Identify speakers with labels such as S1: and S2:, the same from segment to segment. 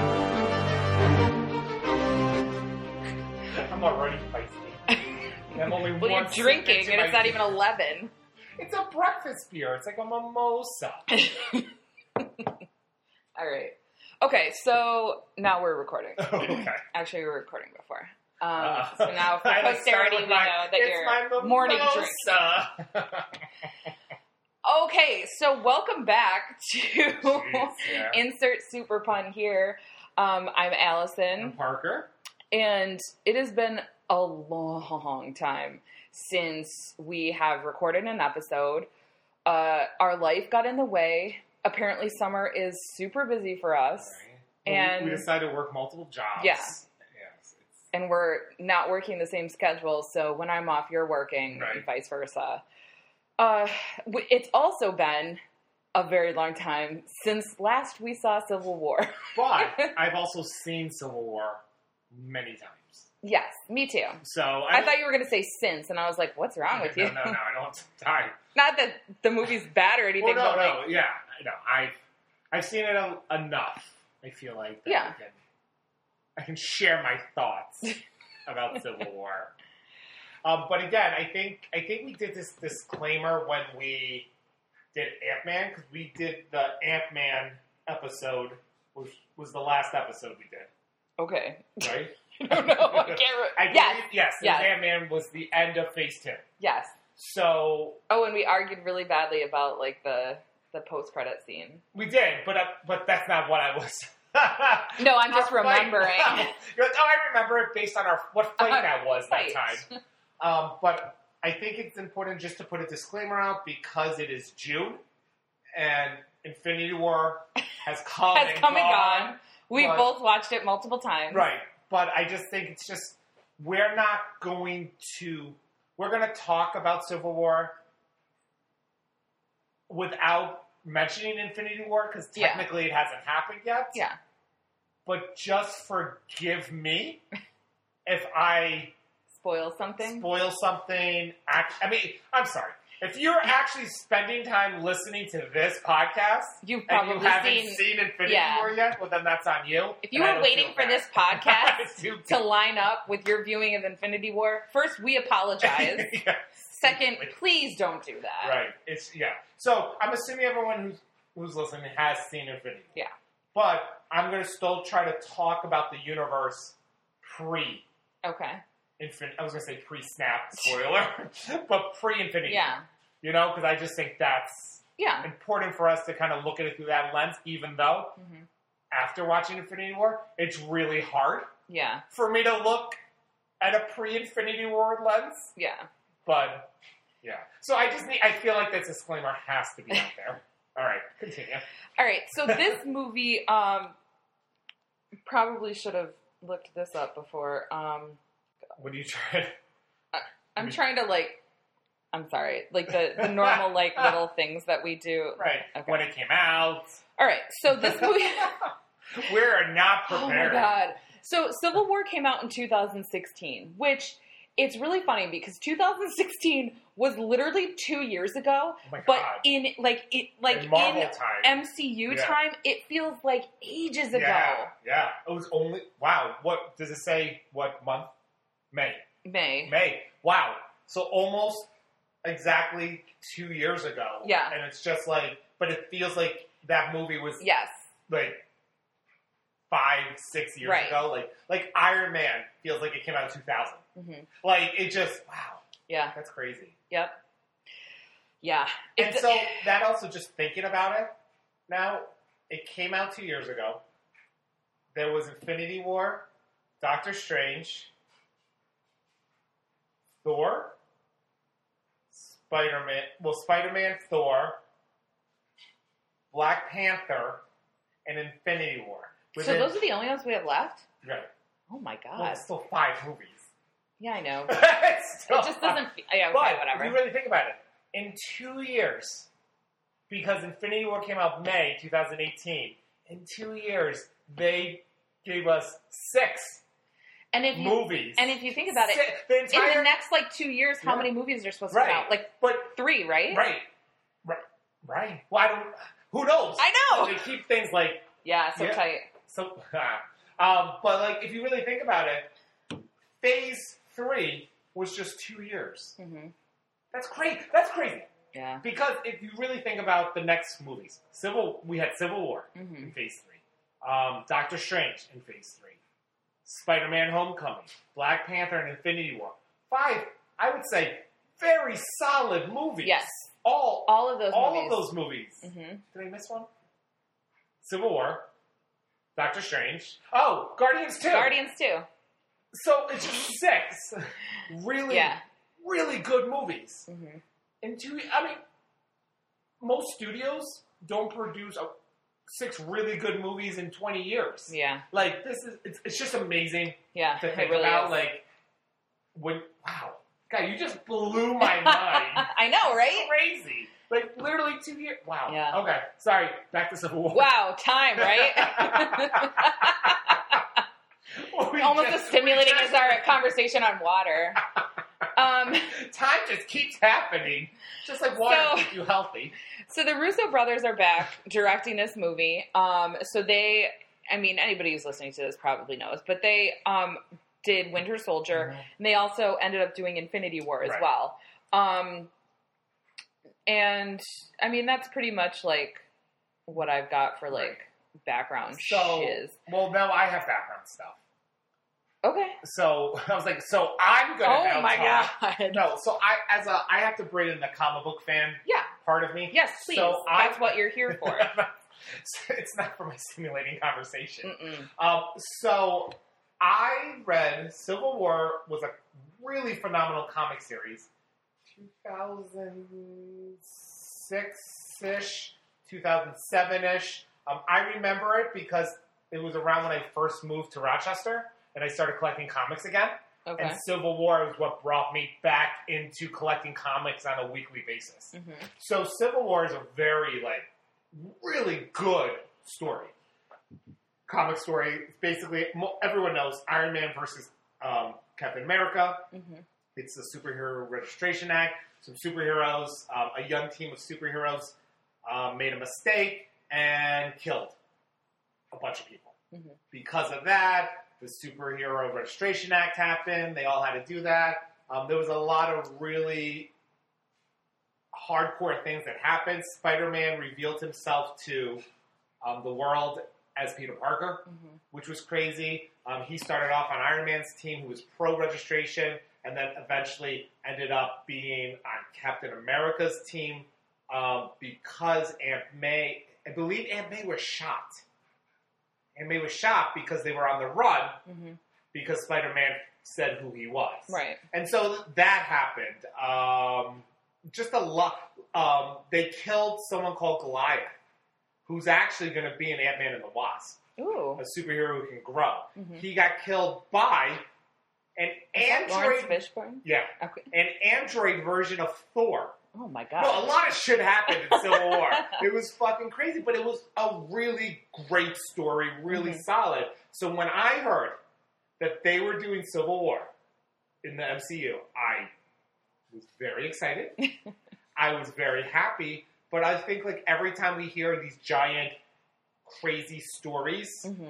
S1: only
S2: Well,
S1: one
S2: you're drinking, and it's not even 11.
S1: It's a breakfast beer. It's like a mimosa.
S2: All right. Okay, so now we're recording.
S1: okay.
S2: Actually, we were recording before. Um,
S1: Uh,
S2: so now for
S1: I like
S2: posterity,
S1: started
S2: we
S1: with
S2: know
S1: my,
S2: that
S1: it's
S2: you're
S1: my
S2: morning drink.
S1: drink.
S2: Okay, so welcome back to Insert Super Pun here. Um, I'm Allison,
S1: And Parker.
S2: and it has been a long time since we have recorded an episode. Uh, our life got in the way. Apparently, summer is super busy for us.
S1: We-
S2: And-
S1: we, decided to work multiple jobs.
S2: Yeah.
S1: Yes. it's-
S2: and we're not working the same schedule. So when I'm off, you're working,
S1: Right.
S2: and vice versa. Uh, w- it's also been a very long time since last we saw Civil War.
S1: But I've also seen Civil War many times.
S2: yes, me too.
S1: So
S2: I thought you were going to say since, and I was like, "What's wrong with you?"
S1: No, no, no. I don't have time.
S2: Not that the movie's bad or anything,
S1: well,
S2: but
S1: no,
S2: like,
S1: no, yeah, no. I've I've seen it en- enough. I feel like that
S2: Yeah.
S1: I, can, I can share my thoughts about Civil War. Um, but again, I think I think we did this disclaimer when we did Ant Man because we did the Ant Man episode, which was the last episode we did,
S2: okay,
S1: right?
S2: no, no, I can't. Re-
S1: I
S2: yes,
S1: believe- yes,
S2: yes.
S1: Ant Man was the end of Phase Two.
S2: yes.
S1: So
S2: Oh, and we argued really badly about like the the post credit scene.
S1: we did, but uh, but that's not what I was.
S2: No, I'm just
S1: our fight.
S2: remembering.
S1: You're like, oh, I remember it based on our what fight
S2: Our
S1: that was
S2: fight.
S1: that time. Um, but I think it's important just to put a disclaimer out because it is June and Infinity War has come
S2: Has
S1: and
S2: come and
S1: gone.
S2: gone. We
S1: Right.
S2: both watched it multiple times.
S1: Right. But I just think it's just we're not going to we're going to talk about Civil War without mentioning Infinity War because
S2: Yeah.
S1: technically it hasn't happened yet.
S2: Yeah.
S1: But just forgive me if I
S2: Spoil something.
S1: spoil something. Act, I mean, I'm sorry. If you're actually spending time listening to this podcast
S2: You've
S1: and
S2: probably
S1: you haven't
S2: seen.
S1: seen, Infinity
S2: yeah.
S1: War yet, well, then that's on you.
S2: if you
S1: and I
S2: were
S1: don't
S2: waiting
S1: feel
S2: for
S1: bad.
S2: this podcast
S1: I do
S2: to line up with your viewing of Infinity War, first, we apologize.
S1: yeah,
S2: Second, please don't do that.
S1: right. It's yeah. So I'm assuming everyone who's who's listening has seen Infinity. War.
S2: Yeah.
S1: But I'm gonna still try to talk about the universe pre
S2: Okay.
S1: Infinity. I was gonna say pre Snap spoiler, but pre Infinity.
S2: Yeah.
S1: You know, because I just think that's
S2: Yeah.
S1: important for us to kind of look at it through that lens. Even though
S2: Mhm.
S1: after watching Infinity War, it's really hard
S2: Yeah.
S1: for me to look at a pre Infinity War lens.
S2: Yeah.
S1: But yeah. So I just need I feel like this disclaimer has to be out there. All right, continue.
S2: All right. So this movie, um, probably should have looked this up before. Um,
S1: What are you trying?
S2: I'm
S1: Mhm.
S2: trying to like. I'm sorry. Like the, the normal like little things that we do.
S1: Right.
S2: Okay.
S1: When it came out.
S2: All right. So this movie.
S1: We're not
S2: Oh my
S1: prepared.
S2: god. So Civil War came out in 2016, which it's really funny because 2016 was literally 2 years ago,
S1: Oh my
S2: but
S1: God.
S2: in like it like
S1: In
S2: in,
S1: Marvel time.
S2: MCU
S1: Yeah.
S2: time, it feels like ages ago.
S1: yeah, yeah. It was only wow. What does it say? What month? May.
S2: May.
S1: May. Wow. So almost exactly two years ago.
S2: Yeah.
S1: And it's just like, but it feels like that movie was
S2: Yes.
S1: like five, six years
S2: Right.
S1: ago. Like like Iron Man feels like it came out in two thousand.
S2: Mhm.
S1: Like it just wow,
S2: Yeah.
S1: that's crazy.
S2: Yep. Yeah.
S1: And
S2: It's-
S1: so that also just thinking about it, now it came out two years ago. There was Infinity War, Doctor Strange, Thor, Spider Man well, Spider Man Thor, Black Panther, and Infinity War.
S2: so
S1: Within-
S2: those are the only ones we have left?
S1: right.
S2: Oh my god.
S1: Well, it's still five movies.
S2: yeah, I know. It
S1: It's still
S2: just
S1: five.
S2: doesn't feel, yeah, okay,
S1: But
S2: whatever.
S1: if you really think about it, in two years, because Infinity War came out May 2018, in two years they gave us six
S2: and if you
S1: movies.
S2: and if you think about it,
S1: Six- the
S2: in
S1: entire
S2: the next like 2 years how
S1: Yeah.
S2: many movies are supposed to
S1: right,
S2: come out? Like
S1: but
S2: 3,
S1: right, right, right. Well, I don't. Who knows?
S2: I know.
S1: They keep things like
S2: Yeah, so
S1: Yeah.
S2: tight.
S1: So, ah. um, but like, if you really think about it, Phase Three was just two years.
S2: hmm
S1: That's crazy. That's crazy.
S2: Yeah.
S1: Because if you really think about the next movies, Civil, we had Civil War
S2: hmm
S1: in Phase Three, um, Doctor Strange in Phase Three, Spider-Man: Homecoming, Black Panther, and Infinity War. Five, I would say, very solid movies.
S2: Yes.
S1: all all,
S2: All of those. movies.
S1: of those movies.
S2: hmm
S1: Did I miss one? Civil War, Doctor Strange. Oh, Guardians Two.
S2: Guardians too.
S1: So it's just six really,
S2: Yeah.
S1: really good movies.
S2: hmm
S1: And two, I mean, most studios don't produce a, six really good movies in 20 years.
S2: Yeah.
S1: Like, this is, it's, it's just amazing
S2: Yeah.
S1: to
S2: it
S1: think
S2: really
S1: about.
S2: is.
S1: Like, when, wow, God, you just blew my mind.
S2: I know, Oh, right?
S1: Crazy. Like, literally two years. Wow.
S2: Yeah.
S1: Okay, sorry, back to Civil War.
S2: Wow, time, right?
S1: We
S2: Almost
S1: just-
S2: as stimulating
S1: we
S2: as our conversation on water. Um,
S1: just- Time just keeps happening. Just like water
S2: So-
S1: keeps you healthy.
S2: so the Russo brothers are back directing this movie. Um, so they, I mean, anybody who's listening to this probably knows, but they um, did Winter Soldier. And they also ended up doing Infinity War as
S1: Mm-hmm. Right.
S2: well. Um, and I mean, that's pretty much like what I've got for like background
S1: So-
S2: shiz.
S1: Well, now I have background stuff.
S2: Okay.
S1: So I was like, so I'm gonna.
S2: Oh
S1: now
S2: my
S1: talk.
S2: god.
S1: No, so I as a I have to bring in the comic book fan
S2: Yeah.
S1: part of me.
S2: Yes, please.
S1: So
S2: that's
S1: I-
S2: what you're here for.
S1: it's not for my stimulating conversation.
S2: Mm-mm.
S1: Um, so I read Civil War was a really phenomenal comic series, 2006 ish, 2007 ish. Um, I remember it because it was around when I first moved to Rochester and I started collecting comics again.
S2: Okay.
S1: And Civil War was what brought me back into collecting comics on a weekly basis.
S2: hmm
S1: So Civil War is a very like really good story, comic story. It's basically mo- everyone knows Iron Man versus um, Captain America.
S2: hmm
S1: It's the Superhero Registration Act. Some superheroes, um, a young team of superheroes, um, made a mistake and killed a bunch of people.
S2: Mhm.
S1: Because of that, the Superhero Registration Act happened. They all had to do that. Um, there was a lot of really hardcore things that happened. Spider Man revealed himself to um, the world as Peter Parker
S2: hmm
S1: which was crazy. Um, he started off on Iron Man's team, who was pro registration, and then eventually ended up being on Captain America's team um, because Aunt May, I believe Aunt May was shot. Aunt May was shot because they were on the run
S2: hmm
S1: because Spider Man said who he was.
S2: Right.
S1: And so that happened. Um, just a lot. Um, they killed someone called Goliath, who's actually going to be an Ant Man and the Wasp
S2: Ooh.
S1: a superhero who can grow.
S2: Mhm.
S1: He got killed by an
S2: Is that Lawrence
S1: android.
S2: Fishburne.
S1: Yeah,
S2: Okay.
S1: an android version of Thor.
S2: Oh my
S1: No, a
S2: god.
S1: lot of shit happened in Civil War. It was fucking crazy, but it was a really great story, really
S2: Mhm.
S1: solid. So when I heard that they were doing Civil War in the MCU, I was very excited. I was very happy, but I think like every time we hear these giant, crazy stories,
S2: hmm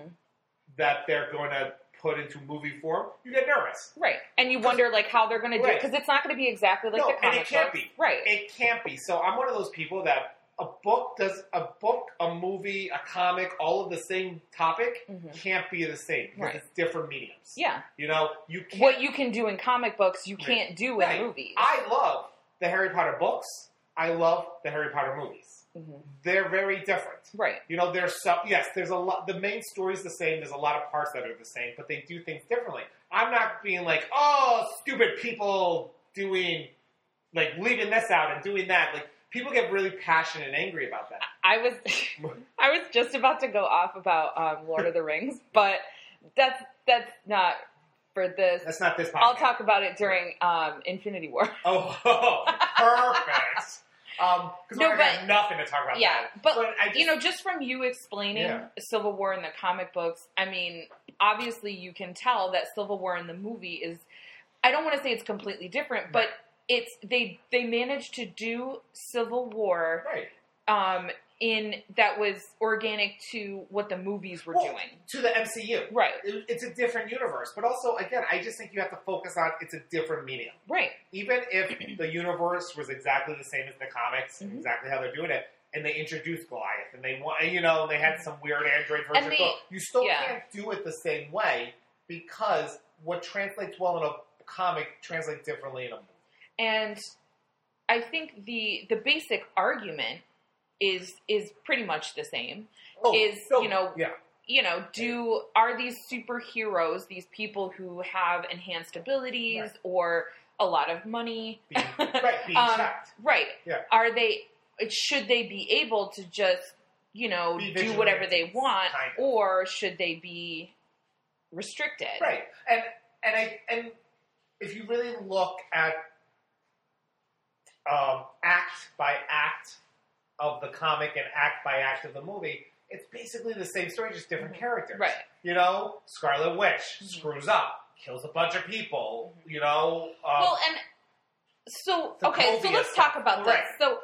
S1: that they're going to put into movie form, you get nervous.
S2: Right. And you wonder like how they're going to do
S1: Right.
S2: because it's not going to be exactly like
S1: No,
S2: the
S1: and it
S2: comic
S1: can't
S2: books.
S1: be.
S2: Right.
S1: It can't be. So I'm one of those people that a book does a book, a movie, a comic, all of the same topic
S2: Mhm.
S1: can't be the same because
S2: Right.
S1: it's different mediums.
S2: Yeah.
S1: You know, you can't.
S2: What you can do in comic books, you
S1: Right.
S2: can't do in
S1: Right.
S2: movies.
S1: I love the Harry Potter books. I love the Harry Potter movies.
S2: Mhm.
S1: They're very different.
S2: Right.
S1: You know, there's some, yes, there's a lot, the main story's the same, there's a lot of parts that are the same, but they do things differently. I'm not being like, oh, stupid people doing, like, leaving this out and doing that. Like, people get really passionate and angry about that.
S2: I was I was just about to go off about um, Lord of the Rings, but that's that's not for this.
S1: That's not this podcast.
S2: I'll talk about it during um, Infinity War.
S1: Oh, perfect. Um, because
S2: No,
S1: we got nothing to talk about.
S2: yeah,
S1: that.
S2: but,
S1: I just,
S2: You know, just from you explaining
S1: Yeah.
S2: Civil War in the comic books, I mean, obviously you can tell that Civil War in the movie is I don't want to say it's completely different, but it's they they managed to do Civil War
S1: right.
S2: um, in that was organic to what the movies were
S1: Well,
S2: doing.
S1: to the MCU.
S2: Right,
S1: It- It's a different universe, but also again, I just think you have to focus on it's a different medium.
S2: right.
S1: Even if the universe was exactly the same as the comics and
S2: Mhm.
S1: exactly how they're doing it, and they introduced Goliath and they want, you know, they had some weird android version,
S2: And
S1: of
S2: they-
S1: Goliath, you still
S2: yeah.
S1: can't do it the same way because what translates well in a comic translates differently in a movie.
S2: And I think the the basic argument is is pretty much the same.
S1: Oh,
S2: Is,
S1: so-
S2: you know,
S1: yeah,
S2: you know, do are these superheroes, these people who have enhanced abilities
S1: Right.
S2: or a lot of money,
S1: being, right, being
S2: um,
S1: checked.
S2: right?
S1: Yeah.
S2: Are they should they be able to just, you know,
S1: Be
S2: do whatever they
S1: vigilantes,
S2: want
S1: kind of.
S2: or should they be restricted?
S1: Right, and and I and if you really look at um, act by act of the comic and act by act of the movie, it's basically the same story, just different
S2: Mhm.
S1: characters.
S2: Right.
S1: You know, Scarlet Witch
S2: Mhm.
S1: screws up, kills a bunch of people.
S2: Mm-hmm.
S1: You know, um,
S2: well, and so
S1: the
S2: okay, so
S1: Cobia
S2: let's
S1: stuff.
S2: talk about this.
S1: Right.
S2: So,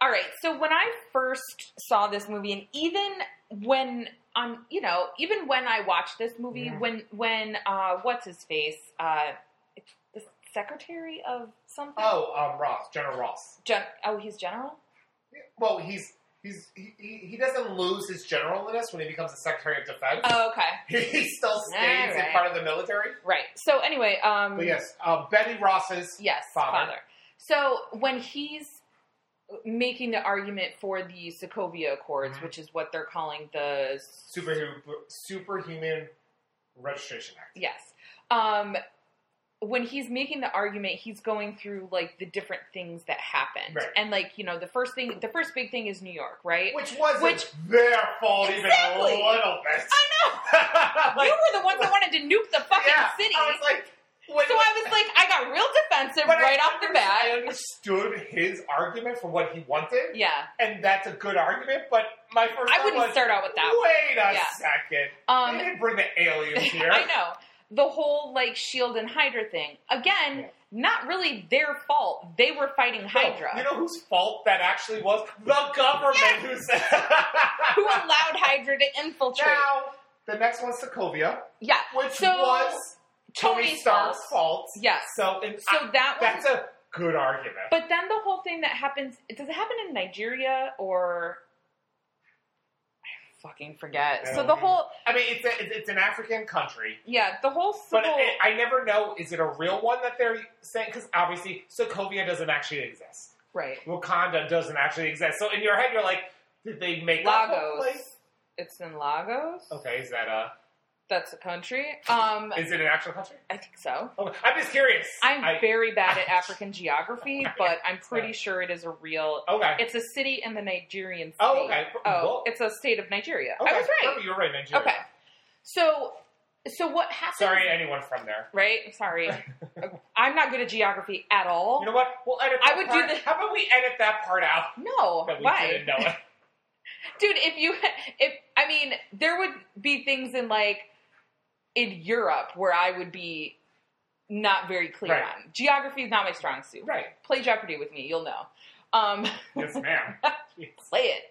S2: all right, so when I first saw this movie, and even when on, you know, even when I watched this movie,
S1: Mhm.
S2: when when uh, what's his face, uh, it's the secretary of something.
S1: oh, um, Ross, General Ross.
S2: Gen- oh, he's general.
S1: Well, he's. He's, he, he he doesn't lose his generalness when he becomes the Secretary of Defense.
S2: Oh, okay,
S1: he still stays in
S2: Alright.
S1: part of the military.
S2: right. So anyway, um,
S1: But yes, uh, Betty Ross's
S2: Yes,
S1: Father.
S2: father. So when he's making the argument for the Sokovia Accords,
S1: Mhm.
S2: which is what they're calling the
S1: superhuman superhuman registration act.
S2: yes, um, when he's making the argument, he's going through like the different things that happened,
S1: Right.
S2: and like you know the first thing, the first big thing is New York, right?
S1: Which wasn't
S2: Which-
S1: their fault
S2: Exactly.
S1: even a little bit.
S2: I know.
S1: I
S2: you were the ones that wanted to nuke the fucking
S1: yeah,
S2: city.
S1: I was like, when-
S2: so I was like, I got real defensive
S1: but I
S2: right off the
S1: under- I
S2: bat.
S1: understood his argument for what he wanted,
S2: Yeah,
S1: and that's a good argument, but my first
S2: I
S1: thought
S2: wouldn't
S1: was,
S2: start out with that. one.
S1: wait a
S2: Yeah.
S1: second.
S2: Um,
S1: they didn't bring the aliens here.
S2: I know. The whole like Shield and Hydra thing. Again,
S1: Yeah.
S2: not really their fault. They were fighting
S1: No,
S2: Hydra.
S1: You know whose fault that actually was? The government who said
S2: who allowed Hydra to infiltrate?
S1: Now the next one's Sokovia,
S2: yeah.
S1: which
S2: So,
S1: was Tony,
S2: Tony
S1: Stark's
S2: Stark's.
S1: fault.
S2: Yes.
S1: So, and
S2: So
S1: I-
S2: that
S1: that's
S2: was
S1: a good argument.
S2: But then the whole thing that happens does it happen in Nigeria or I fucking forget.
S1: I
S2: So
S1: don't
S2: the
S1: even-
S2: whole
S1: I mean, it's, a, it's it's an African country,
S2: yeah, the whole
S1: but
S2: civil
S1: it, I never know is it a real one that they're saying because obviously Sokovia doesn't actually exist.
S2: right.
S1: Wakanda doesn't actually exist. So in your head, you're like, did they make up a
S2: Lagos.
S1: place?
S2: It's in Lagos.
S1: Okay, is that a
S2: That's a country. Um
S1: is Oh. it an actual country?
S2: I think so.
S1: Oh, I'm just curious.
S2: I'm
S1: I- Oh
S2: very bad at African geography, but I'm pretty sure it is a real.
S1: okay.
S2: It's a city in the Nigerian state.
S1: Oh, okay.
S2: Oh,
S1: Well-
S2: it's a state of Nigeria.
S1: okay.
S2: I was right.
S1: Oh, you're right, Nigeria.
S2: Okay. So, so what happened?
S1: Sorry, anyone from there.
S2: Right? Sorry. I'm not good at geography at all.
S1: You know what? We'll edit.
S2: I
S1: that
S2: would do
S1: part.
S2: the-
S1: How about we edit that part out
S2: no.
S1: that we
S2: Why?
S1: didn't know it?
S2: Dude, if you, if, I mean, there would be things in like, in Europe where I would be not very clear
S1: Right.
S2: on. Geography is not my strong suit.
S1: Right.
S2: Play Jeopardy with me, you'll know. Um,
S1: Yes, ma'am. Jeez.
S2: play it.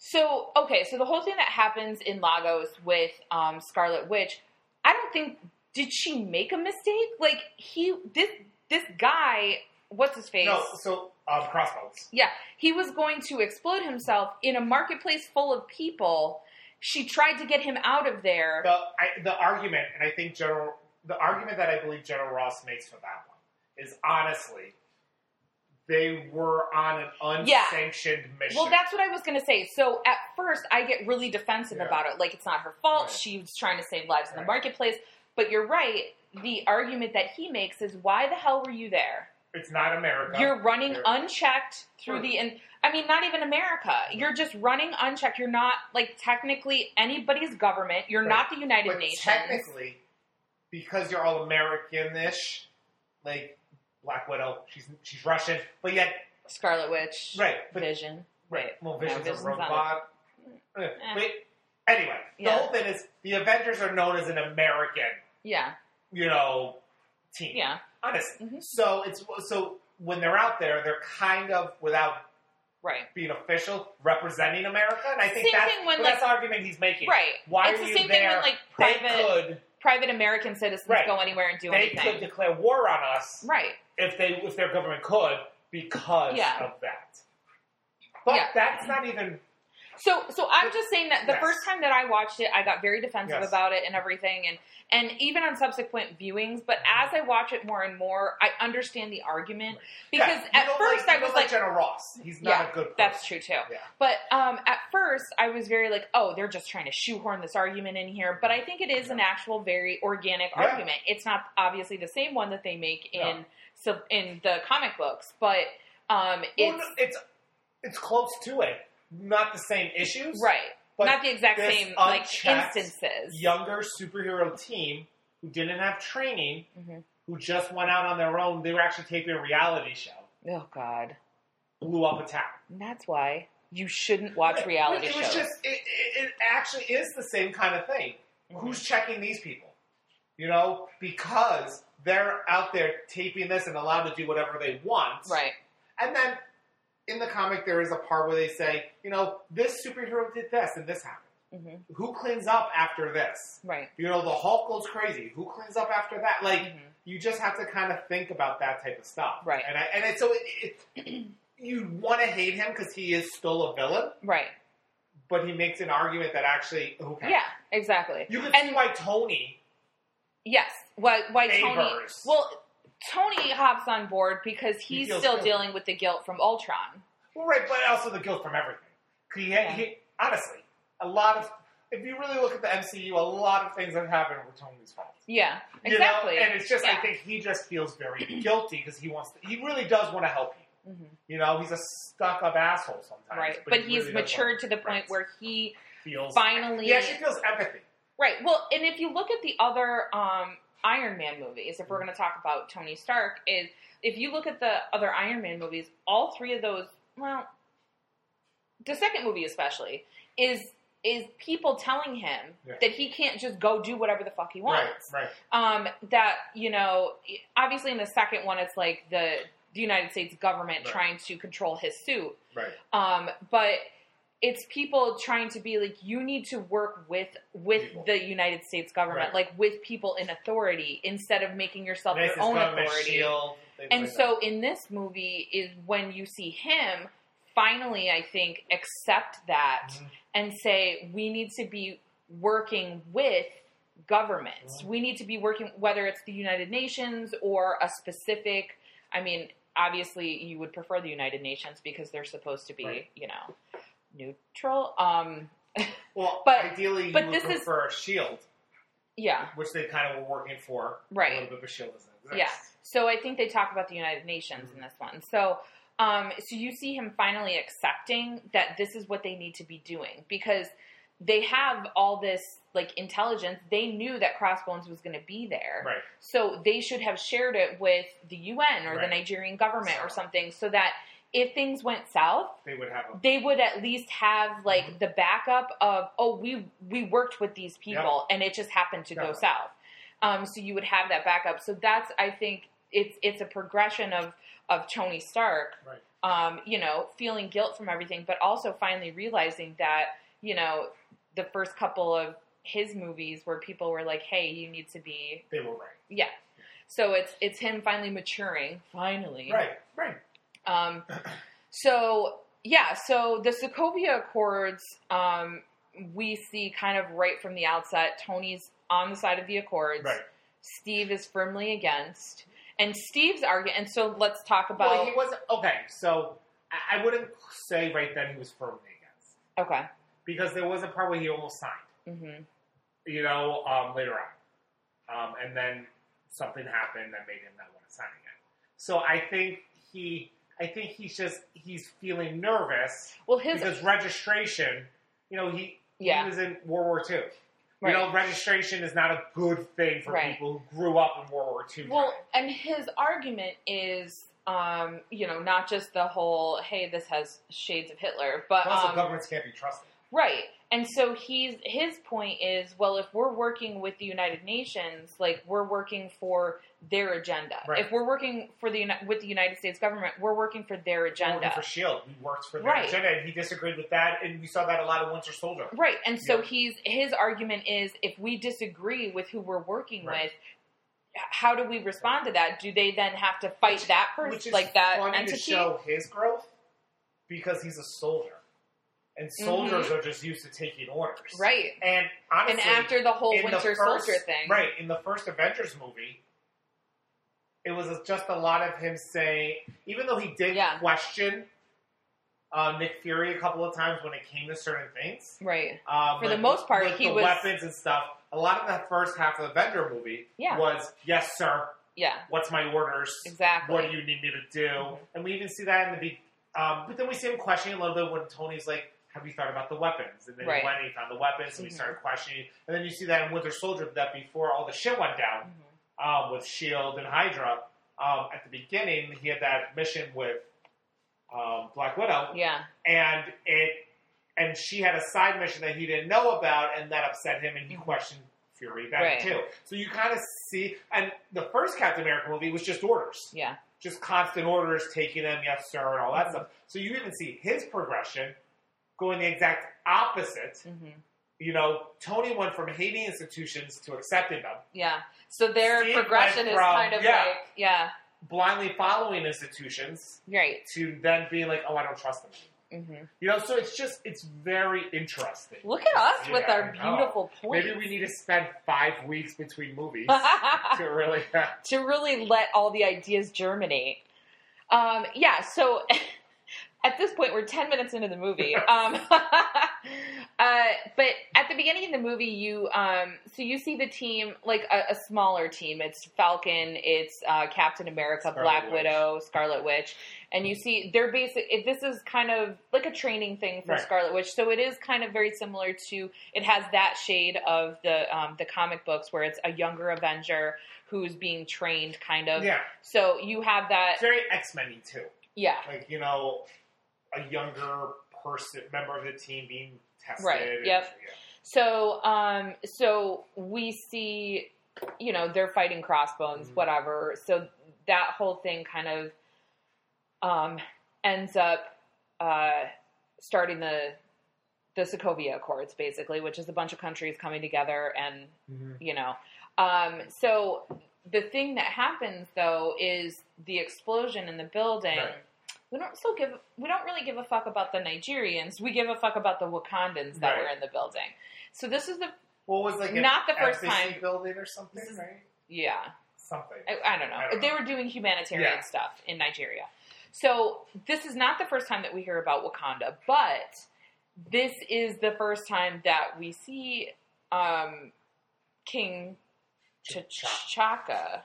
S2: So okay, so the whole thing that happens in Lagos with um, Scarlet Witch, I don't think did she make a mistake? Like he this this guy, what's his face?
S1: No, so um, crossbones.
S2: Yeah, he was going to explode himself in a marketplace full of people. She tried to get him out of there.
S1: The I, the argument, and I think General the argument that I believe General Ross makes for that one is honestly they were on an
S2: Yeah.
S1: unsanctioned mission.
S2: Well, that's what I was going to say. So at first, I get really defensive
S1: Yeah.
S2: about it. Like, it's not her fault.
S1: Right.
S2: She was trying to save lives in the
S1: Right.
S2: marketplace. But you're right. The argument that he makes is why the hell were you there?
S1: it's not America.
S2: You're running
S1: Sure.
S2: unchecked through
S1: Sure.
S2: the. And, I mean, not even America. You're just running unchecked. You're not, like, technically anybody's government. You're not the United
S1: but
S2: Nations.
S1: technically, because you're all American-ish, like Black Widow, she's she's Russian, but yet
S2: Scarlet Witch.
S1: right, but
S2: Vision.
S1: Right. Well,
S2: No,
S1: Vision's
S2: Vision's
S1: a
S2: not
S1: robot.
S2: Eh.
S1: But anyway, the
S2: Yeah.
S1: whole thing is the Avengers are known as an American,
S2: Yeah.
S1: you know, team.
S2: Yeah.
S3: Mm-hmm.
S1: Honestly.
S2: Mhm.
S1: So it's so when they're out there, they're kind of without
S2: Right.
S1: being official, representing America. And I think
S3: Same
S1: that's,
S3: thing when,
S1: well, that's the argument he's making.
S3: Right.
S1: Why
S3: it's
S1: are
S3: the
S1: you
S3: same thing
S1: there?
S3: when like
S1: they
S3: private
S1: could
S3: private American citizens
S1: Right.
S3: go anywhere and do
S1: they
S3: anything.
S1: could declare war on us
S3: Right.
S1: if they if their government could because
S3: Yeah.
S1: of that. But
S3: Yeah.
S1: that's not even
S3: So so I'm just saying that the
S1: Yes.
S3: first time that I watched it, I got very defensive
S1: Yes.
S3: about it and everything and and even on subsequent viewings, but as I watch it more and more, I understand the argument because
S1: Yeah, you
S3: at
S1: don't
S3: first
S1: like,
S3: I
S1: you
S3: was
S1: don't
S3: like,
S1: General Ross. He's not
S3: Yeah,
S1: a good person.
S3: that's true too.
S1: Yeah.
S3: But um, at first, I was very like, oh, they're just trying to shoehorn this argument in here. But I think it is an actual, very organic
S1: Yeah.
S3: argument. It's not obviously the same one that they make in
S1: No.
S3: so in the comic books, but um,
S1: Well,
S3: it's
S1: no, it's it's close to it. Not the same issues.
S3: right,
S1: But
S3: not the exact
S1: this
S3: same like
S1: unchecked
S3: instances.
S1: younger superhero team who didn't have training,
S2: Mm-hmm.
S3: Mhm.
S1: who just went out on their own. They were actually taping a reality show.
S2: Oh God,
S1: Blew up a town.
S2: and that's why you shouldn't watch
S1: Right, but
S2: reality
S1: it
S2: shows.
S1: was just it, it, it actually is the same kind of thing.
S2: Mm-hmm.
S3: Mm-hmm.
S1: Who's checking these people? You know, because they're out there taping this and allowed to do whatever they want.
S2: right.
S1: And then in the comic, there is a part where they say, you know, this superhero did this and this happened.
S3: Mm-hmm.
S2: Mhm.
S1: Who cleans up after this?
S2: Right.
S1: You know, the Hulk goes crazy. Who cleans up after that? Like,
S2: Mhm.
S3: Mm-hmm.
S1: you just have to kind of think about that type of stuff.
S2: Right.
S1: And I, and it, so it, it, you want to hate him because he is still a villain,
S2: Right.
S1: but he makes an argument that actually, who cares?
S2: Yeah. Exactly.
S1: You can
S2: And-
S1: see why Tony
S2: Yes. Why? Why Tony?
S1: favors.
S2: Well, Tony hops on board because he's
S1: feels
S2: still
S1: guilty.
S2: dealing with the guilt from Ultron.
S1: Well, right, but also the guilt from everything. 'Cause He,
S2: Yeah.
S1: he, honestly, a lot of if you really look at the MCU, a lot of things that happened were Tony's fault.
S2: Yeah,
S1: You know?
S2: exactly.
S1: and it's just I
S2: Yeah.
S1: think he just feels very guilty because he wants to, he really does want to help you.
S2: Mhm.
S1: You know, he's a stuck up asshole sometimes.
S2: Right,
S1: he
S2: but, he's
S1: really does
S2: matured
S1: want-
S2: to the point
S1: Right.
S2: where he
S1: feels
S2: finally.
S1: yeah, she feels empathy.
S2: Right. Well, and if you look at the other um, Iron Man movies, if we're going to talk about Tony Stark, is if you look at the other Iron Man movies, all three of those, well, the second movie especially is is people telling him
S1: Yeah.
S2: that he can't just go do whatever the fuck he wants.
S1: Right, right.
S2: um, that you know obviously in the second one it's like the the united states government
S1: Right.
S2: trying to control his suit
S1: Right.
S2: um, but it's people trying to be like you need to work with with
S1: People.
S2: the united states government
S1: Right.
S2: like with people in authority instead of making yourself
S1: Nice
S2: your own
S1: government
S2: authority
S1: shield, things
S2: and
S1: like that.
S2: so in this movie is when you see him finally i think accept that
S1: Mhm.
S2: and say we need to be working with governments.
S1: Mhm.
S2: We need to be working whether it's the United Nations or a specific I mean obviously you would prefer the United Nations because they're supposed to be,
S1: Right.
S2: you know, neutral. Um
S1: well,
S2: but-
S1: ideally, you
S2: but
S1: would
S2: this is-
S1: prefer a shield,
S2: yeah,
S1: which they kind of were working for.
S2: Right.
S1: a little bit of a shield doesn't exist.
S2: Yeah. So I think they talk about the United Nations in this one. So um, so you see him finally accepting that this is what they need to be doing because they have all this like intelligence. They knew that Crossbones was going to be there.
S1: right.
S2: So they should have shared it with the UN or the
S1: Right.
S2: Nigerian government or
S1: So-
S2: something so that if things went south,
S1: They would have a
S2: they would at least have like
S1: Mm-hmm.
S2: the backup of oh we we worked with these people and it just happened to go
S1: Definitely.
S2: south. Um, so you would have that backup. So that's I think it's it's a progression of of Tony Stark,
S1: Right.
S2: um, you know, feeling guilt from everything, but also finally realizing that you know the first couple of his movies where people were like, hey, you need to be
S1: they were right.
S2: yeah. So it's it's him finally maturing. Finally.
S1: Right, right.
S2: Um so yeah, so the Sokovia Accords, um, we see kind of right from the outset, Tony's on the side of the Accords.
S1: Right.
S2: Steve is firmly against. And Steve's argument and so let's talk
S1: Well,
S2: about
S1: he was okay. So I- I wouldn't say right then he was firmly against
S2: Okay.
S1: because there was a part where he almost signed,
S2: hmm
S1: you know, um, later on, um, and then something happened that made him not want to sign again. So I think he, I think he's just he's feeling nervous
S2: Well his
S1: because registration, you know, he
S2: Yeah.
S1: he was in World War II.
S2: right.
S1: You know, registration is not a good thing for
S2: Right.
S1: people who grew up in World War II.
S2: Well,
S1: time.
S2: and his argument is, um, you know, not just the whole, hey, this has shades of Hitler, but
S1: plus
S2: um,
S1: the governments can't be trusted.
S2: Right. And so he's his point is, well, if we're working with the United Nations, like we're working for their agenda.
S1: Right.
S2: If we're working for the Uni- with the United States government, we're working for their
S1: We're working
S2: agenda.
S1: for Shield. We worked for their
S2: Right.
S1: agenda, and he disagreed with that, and we saw that a lot in Winter Soldier.
S2: Right. And so
S1: Yeah.
S2: he's his argument is if we disagree with who we're working
S1: Right.
S2: with, how do we respond to that? Do they then have to fight that
S1: Which
S2: person
S1: is
S2: like that
S1: funny
S2: entity?
S1: to show his growth because he's a soldier, and soldiers are just used to taking orders,
S2: Mm-hmm. Right.
S1: And honestly,
S2: and after the whole
S1: in the
S2: Winter
S1: first-
S2: Soldier thing.
S1: Right, in the first Avengers movie, it was just a lot of him saying, even though he did
S2: Yeah.
S1: question uh, Nick Fury a couple of times when it came to certain things.
S2: Right.
S1: Um,
S2: For the most part,
S1: with
S2: he
S1: the
S2: was-
S1: weapons and stuff. A lot of the first half of the Avenger movie
S2: Yeah.
S1: was, "Yes, sir.
S2: Yeah.
S1: What's my orders?
S2: Exactly.
S1: What do you need me to do?"
S2: Mhm.
S1: And we even see that in the be- um, but then we see him questioning a little bit when Tony's like, "Have you thought about the weapons?" And then
S2: Right.
S1: he went and he found the weapons, and he
S2: Mhm.
S1: started questioning. And then you see that in Winter Soldier that before all the shit went down
S2: Mhm.
S1: um, with Shield and Hydra, um, at the beginning he had that mission with um, Black Widow,
S2: Yeah.
S1: and it and she had a side mission that he didn't know about, and that upset him, and he
S2: Mhm.
S1: questioned Fury then
S2: Right.
S1: too. So you kind of see, and the first Captain America movie was just orders,
S2: Yeah.
S1: just constant orders, taking them, yes sir, and all
S2: Mm-hmm.
S1: that stuff. So you even see his progression going the exact opposite.
S2: hmm
S1: You know, Tony went from hating institutions to accepting them,
S2: Yeah. So their
S1: Steve
S2: progression
S1: went
S2: is
S1: from-
S2: kind of
S1: yeah.
S2: like yeah.
S1: blindly following institutions
S2: Right.
S1: to then being like, oh, I don't trust them.
S2: hmm
S1: You know, so it's just it's very interesting.
S2: Look at us
S1: Yeah,
S2: with our
S1: I know.
S2: beautiful points.
S1: Maybe we need to spend five weeks between movies to really.
S2: to really let all the ideas germinate. Um, yeah, so at this point, we're 10 minutes into the movie. Um, uh, but at the beginning of the movie, you um, so you see the team, like a, a smaller team. It's Falcon, it's uh, Captain America,
S1: Scarlet
S2: Black
S1: Witch.
S2: Widow, Scarlet Witch. And you see they're basic. It, this is kind of like a training thing for
S1: Right.
S2: Scarlet Witch. So it is kind of very similar to, it has that shade of the, um, the comic books where it's a younger Avenger who's being trained, kind of.
S1: yeah,
S2: So you have that,
S1: it's very X Men too.
S2: yeah,
S1: Like you know, a younger person, member of the team being tested.
S2: Right,
S1: and-
S2: yep.
S1: yeah.
S2: So, um, so we see, you know, they're fighting crossbones,
S1: Mhm.
S2: whatever. So that whole thing kind of um, ends up uh, starting the the Sokovia Accords, basically, which is a bunch of countries coming together and you know. Um, so the thing that happens though is the explosion in the building.
S1: Right.
S2: We don't still give we don't really give a fuck about the Nigerians. We give a fuck about the Wakandans that
S1: Right.
S2: were in the building. So this is the
S1: What was like an
S2: Not the first
S1: embassy
S2: time.
S1: building or something,
S2: This is-
S1: right?
S2: yeah.
S1: Something.
S2: I, I don't know.
S1: I don't
S2: they were doing humanitarian
S1: Yeah.
S2: stuff in Nigeria. So this is not the first time that we hear about Wakanda, but this is the first time that we see um, King T'Chaka.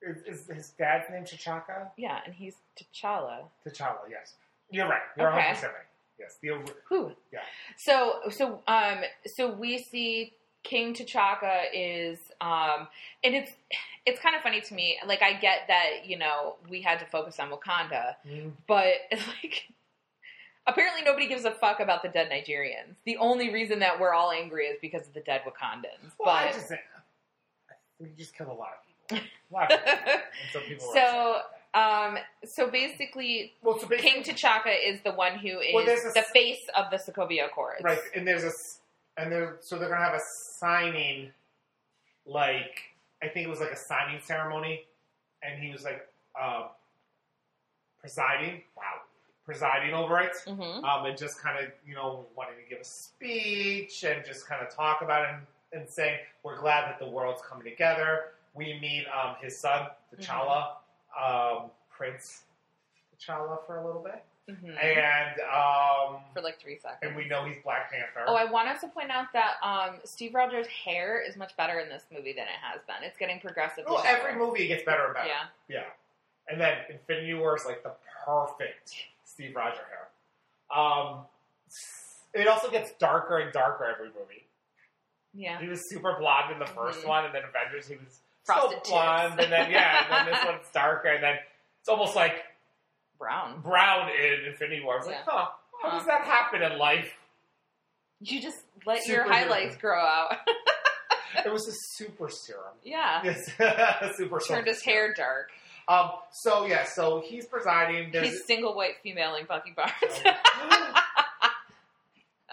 S1: Is, is his dad's name T'Chaka?
S2: Yeah, and he's T'Challa.
S1: T'Challa. Yes, you're right. You're
S2: Okay.
S1: 100 percent right. Yes, the
S2: Whew.
S1: Yeah.
S2: So so um so we see King T'Chaka is um and it's it's kind of funny to me. Like I get that you know we had to focus on Wakanda, but like apparently nobody gives a fuck about the dead Nigerians. The only reason that we're all angry is because of the dead Wakandans.
S1: Well, I
S2: but
S1: just we just killed a lot of people. A lot of people. and so people. are
S2: So,
S1: upset about that.
S2: um so basically.
S1: well, so basically,
S2: King T'Chaka is the one who is
S1: Well, there's a-
S2: the face of the Sokovia Accords.
S1: Right, and there's a, s- and they're so they're gonna have a signing, like I think it was like a signing ceremony, and he was like um, presiding. Wow, presiding over it,
S2: hmm
S1: um, and just kind of you know wanting to give a speech and just kind of talk about it and, and saying we're glad that the world's coming together. We meet um, his son T'Challa,
S2: Mm-hmm.
S1: um, Prince T'Challa, for a little bit,
S2: hmm
S1: and um,
S2: For like three seconds.
S1: and we know he's Black Panther.
S2: Oh, I want us to point out that um, Steve Rogers' hair is much better in this movie than it has been. It's getting progressively
S1: Well,
S2: better.
S1: Oh, every movie it gets better and better.
S2: Yeah.
S1: Yeah. And then Infinity War is like the perfect Steve Roger hair. Um, it also gets darker and darker every movie.
S2: Yeah.
S1: He was super blonde in the 1st
S2: Mhm.
S1: one, and then Avengers he was
S2: Frosted tips.
S1: so blonde, and then yeah, and then this one's darker, and then it's almost like
S2: Brown.
S1: brown in Infinity War. I was like,
S2: Yeah.
S1: huh, how
S2: Huh.
S1: does that happen in life?
S2: You just let your
S1: Superhero.
S2: highlights grow out.
S1: It was a super serum.
S2: yeah.
S1: Yes, super
S2: Turned his hair dark.
S1: Um. So yeah. So he's presiding. There's
S2: He's single white female in Bucky Barnes.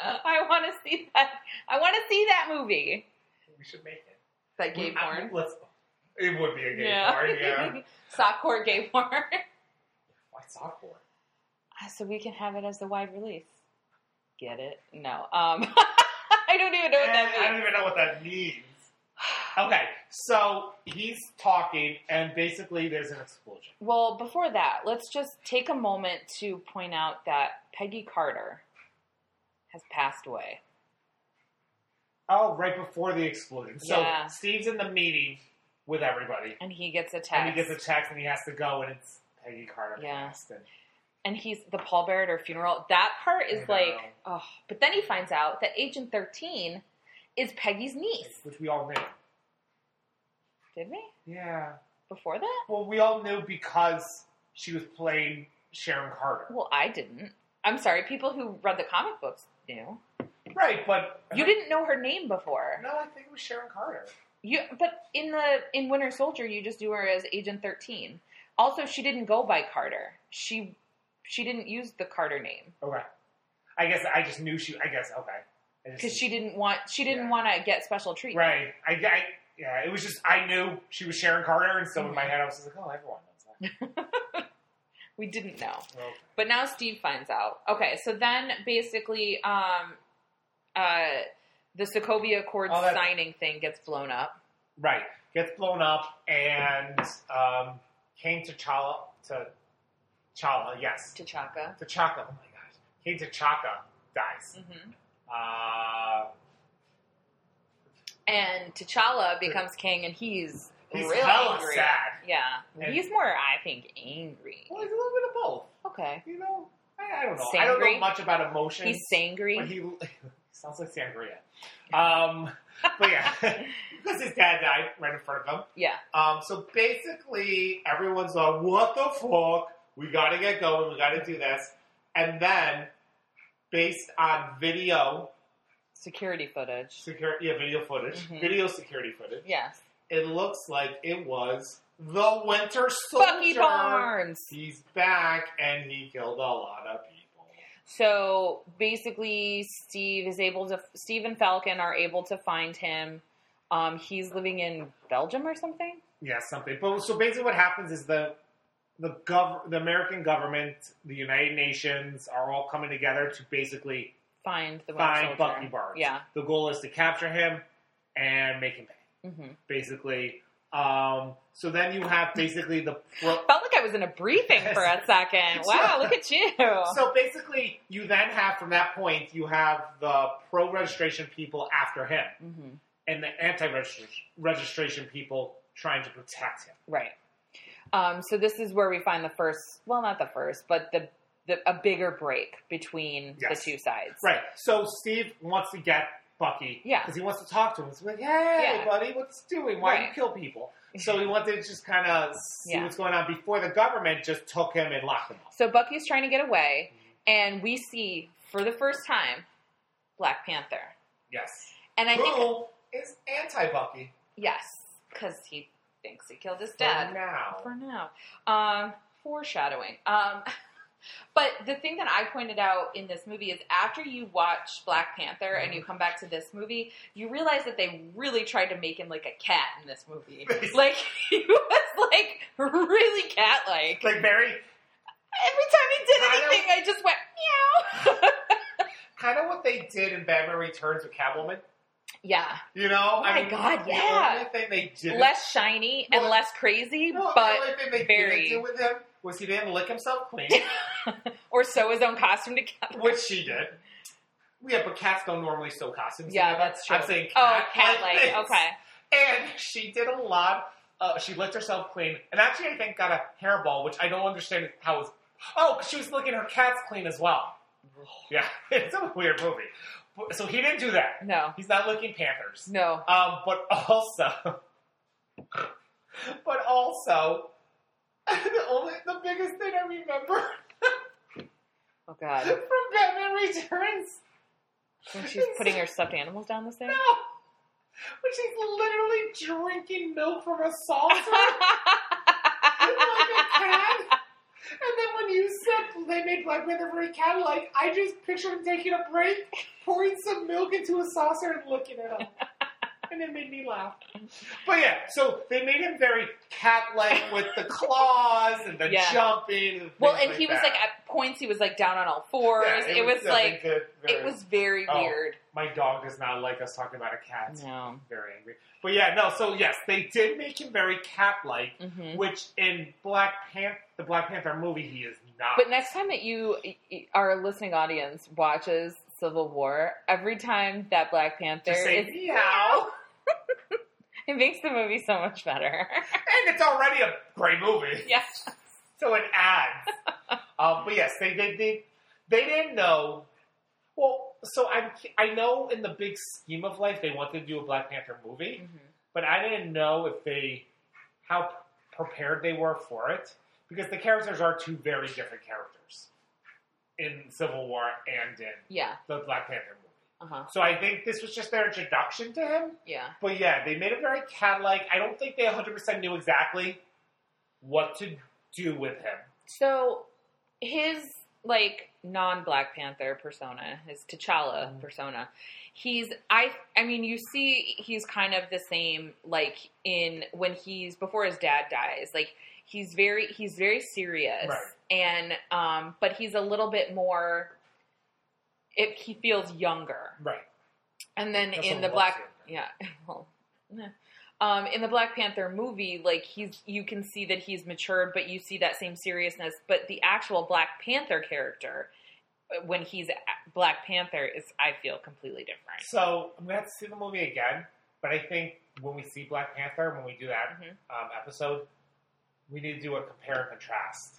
S1: Oh.
S2: I want to see that. I want to see that movie.
S1: we should make it.
S2: That gay
S1: We- I-
S2: porn.
S1: Let's. It would be a gay porn. Yeah.
S2: Softcore gay porn.
S1: Why softcore?
S2: so we can have it as the wide release. Get it? No. Um, I don't even know what that
S1: Eh, I
S2: means.
S1: don't even know what that means. Okay, so he's talking, and basically there's an explosion.
S2: Well, before that, let's just take a moment to point out that Peggy Carter has passed away.
S1: Oh, right before the explosion. So
S2: Yeah.
S1: Steve's in the meeting with everybody,
S2: And he gets attacked.
S1: and he gets a text, and he has to go, and it's Peggy Carter.
S2: Yeah.
S1: passed, and-
S2: and he's the pallbearer at her funeral. That part is
S1: I know.
S2: like, oh. But then he finds out that Agent 13 is Peggy's niece.
S1: which we all knew.
S2: Did we?
S1: Yeah.
S2: Before that?
S1: Well, we all knew because she was playing Sharon Carter,
S2: Well, I didn't. I'm sorry, people who read the comic books knew.
S1: right? But
S2: You didn't know her name before.
S1: No, I think it was Sharon Carter.
S2: You, but in the in Winter Soldier, you just do her as Agent Thirteen. Also, she didn't go by Carter. She she didn't use the Carter name
S1: Okay. I guess I just knew she. I guess okay. I just-
S2: because she didn't want she didn't
S1: Yeah.
S2: want to get special treatment.
S1: Right. I, I yeah. It was just I knew she was Sharon Carter, and so in my head I was just like, oh, everyone knows
S2: We didn't know.
S1: that. Well,
S2: But now Steve finds out. Okay, so then basically, um, uh, the Sokovia Accords
S1: Oh, that's-
S2: signing thing gets blown up.
S1: right. Gets blown up, and um, King T'Challa to T'Challa. Yes.
S2: T'Chaka.
S1: T'Chaka. Oh my gosh. King T'Chaka dies.
S2: hmm
S1: Uh,
S2: And T'Challa becomes king, and he's
S1: he's
S2: real
S1: hella
S2: angry.
S1: sad.
S2: Yeah,
S1: And-
S2: he's more, I think, angry.
S1: Well, he's a little bit of both.
S2: Okay.
S1: You know. I, I don't know. I don't know
S2: Sangry.
S1: much about emotions.
S2: He's sangry.
S1: But he sounds like sangria. Um, but yeah, because his dad died right in front of him.
S2: yeah.
S1: Um, so basically, everyone's like, "What the fuck? We got to get going. We got to do this." And then, based on video
S2: Security footage.
S1: security, yeah, video footage,
S2: Mhm.
S1: video security footage,
S2: Yes.
S1: it looks like it was the Winter Soldier.
S2: Bucky Barnes.
S1: He's back, and he killed a lot of people.
S2: So basically, Steve is able to. Steve and Falcon are able to find him. Um, he's living in Belgium or something.
S1: Yeah, something. But so basically, what happens is the the gov- the American government, the United Nations, are all coming together to basically
S2: Find the Winter
S1: find
S2: Soldier.
S1: Bucky Barnes.
S2: Yeah.
S1: The goal is to capture him and make him pay,
S2: Mm-hmm.
S1: basically. Um, so then you have basically the pro-
S2: Felt like I was in a briefing for a second. Wow, look at you.
S1: so basically you then have from that point you have the pro registration people after him
S2: hmm
S1: and the anti registration people trying to protect him.
S2: Right. Um, so this is where we find the first. Well, not the first, but the. The, a bigger break between
S1: Yes.
S2: the two sides,
S1: Right. So Steve wants to get Bucky.
S2: Yeah.
S1: Because he wants to talk to him. He's like, hey,
S2: Yeah.
S1: buddy, what's doing? Why do you
S2: Right.
S1: kill people? So he wanted to just kind of see
S2: Yeah.
S1: what's going on before the government just took him and locked him up.
S2: So Bucky's trying to get away, and we see for the first time Black Panther.
S1: Yes.
S2: And I think
S1: Who is anti Bucky
S2: yes, because he thinks he killed his
S1: for
S2: dad
S1: now?
S2: for now. Um, foreshadowing. Um, but the thing that I pointed out in this movie is after you watch Black Panther and you come back to this movie, you realize that they really tried to make him like a cat in this movie. like he was like really cat like.
S1: Like very
S2: Every time he did
S1: Kind of-
S2: anything, I just went meow.
S1: kind of what they did in Batman Returns with Catwoman.
S2: yeah.
S1: You know?
S2: Oh my God,
S1: the
S2: yeah.
S1: only thing they did
S2: less shiny and
S1: Well,
S2: less crazy,
S1: the
S2: but
S1: only thing they
S2: very-
S1: didn't do with him was he didn't lick himself clean,
S2: or sew his own costume together.
S1: which she did. Yeah, but cats don't normally sew costumes.
S2: Yeah,
S1: together.
S2: that's true.
S1: I'm saying
S2: Oh,
S1: cat
S2: cat
S1: this.
S2: like okay.
S1: And she did a lot. Uh, she licked herself clean, and actually, I think got a hairball, which I don't understand how. It's, oh, 'cause she was licking her cats clean as well. Yeah, it's a weird movie. But- So he didn't do that.
S2: No,
S1: He's not licking panthers.
S2: no.
S1: Um, but also, but also, the only the biggest thing I remember
S2: Oh God.
S1: from Batman Returns
S2: When she's putting her stuffed animals down the
S1: No.
S2: stairs?
S1: When she's literally drinking milk from a saucer. like a cat. And then when you said they made Black Panther very cat-like, I just pictured him taking a break, pouring some milk into a saucer and looking it up. And it made me laugh. But yeah, so they made him very cat-like with the claws and the
S2: Yeah.
S1: jumping. And
S4: well,
S1: things
S4: and he was
S1: that.
S4: like at points he was like down on all fours.
S1: Yeah,
S4: it, was,
S1: yeah,
S4: like
S1: they did
S4: it
S1: very-
S4: was very
S1: Oh.
S4: weird.
S1: My dog does not like us talking about a cat.
S2: no.
S1: Very angry. But yeah, no. So yes, they did make him very cat-like,
S2: hmm
S1: which in Black Panther, the Black Panther movie, he is not.
S2: But next time that you, our listening audience, watches Civil War, every time that Black Panther
S1: Just say,
S2: is
S1: meow.
S2: It makes the movie so much better.
S1: And it's already a great movie,
S2: yeah.
S1: so it adds. um, but yes, they they, they they didn't know. Well, so I I know in the big scheme of life they wanted to do a Black Panther movie,
S2: Mm-hmm.
S1: but I didn't know if they how prepared they were for it because the characters are two very different characters in Civil War and in
S2: Yeah.
S1: the Black Panther movie.
S2: Uh huh.
S1: So I think this was just their introduction to him.
S2: Yeah.
S1: But yeah, they made it very cat-like. I don't think they 100% knew exactly what to do with him.
S2: So his like non-Black Panther persona, his T'Challa
S1: Mhm.
S2: persona, he's I I mean you see he's kind of the same like in when he's before his dad dies, like he's very he's very serious
S1: Right.
S2: and um but he's a little bit more it, he feels younger.
S1: Right.
S2: And then
S1: That's
S2: in
S1: a
S2: the
S1: lot
S2: Black,
S1: to
S2: yeah, well, eh. um, in the Black Panther movie, like he's, you can see that he's matured, but you see that same seriousness. But the actual Black Panther character, uh, when he's a- Black Panther, is I feel completely different.
S1: So I'm going to have to see the movie again. But I think when we see Black Panther, when we do that
S4: Mm-hmm.
S2: Mhm.
S1: um, episode, we need to do a compare and contrast.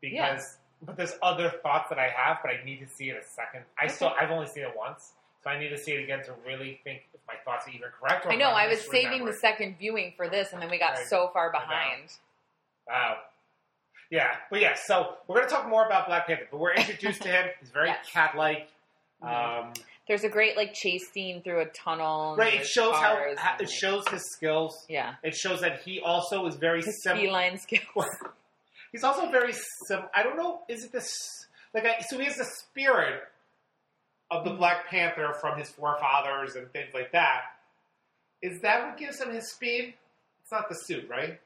S1: Because
S2: Yeah.
S1: but there's other thoughts that I have, but I need to see it a second. I still I've only seen it once, so I need to see it again to really think if my thoughts are even correct. Or
S4: I
S1: if
S4: know.
S1: I'm
S4: I was saving the
S1: misremembering.
S4: second viewing for this, and then we got
S1: Right.
S4: so far
S1: know.
S4: behind.
S1: Wow. Yeah, but yeah, so we're going to talk more about Black Panther, but we're introduced to him. He's very
S4: Yes.
S1: cat like.
S2: Mhm.
S1: Um,
S2: There's a great like chase scene through a tunnel. and
S1: right, it
S2: there's
S1: shows how
S2: cars
S1: ha-
S2: and,
S1: it
S2: like,
S1: shows his skills.
S2: yeah,
S1: It shows that he also is very
S2: his
S1: similar.
S2: feline skills.
S1: He's also very similar. I don't know, is it this? Like, I, so he has the spirit of
S2: Mm-hmm.
S1: the Black Panther from his forefathers and things like that. Is that what gives him his speed? It's not the suit, right?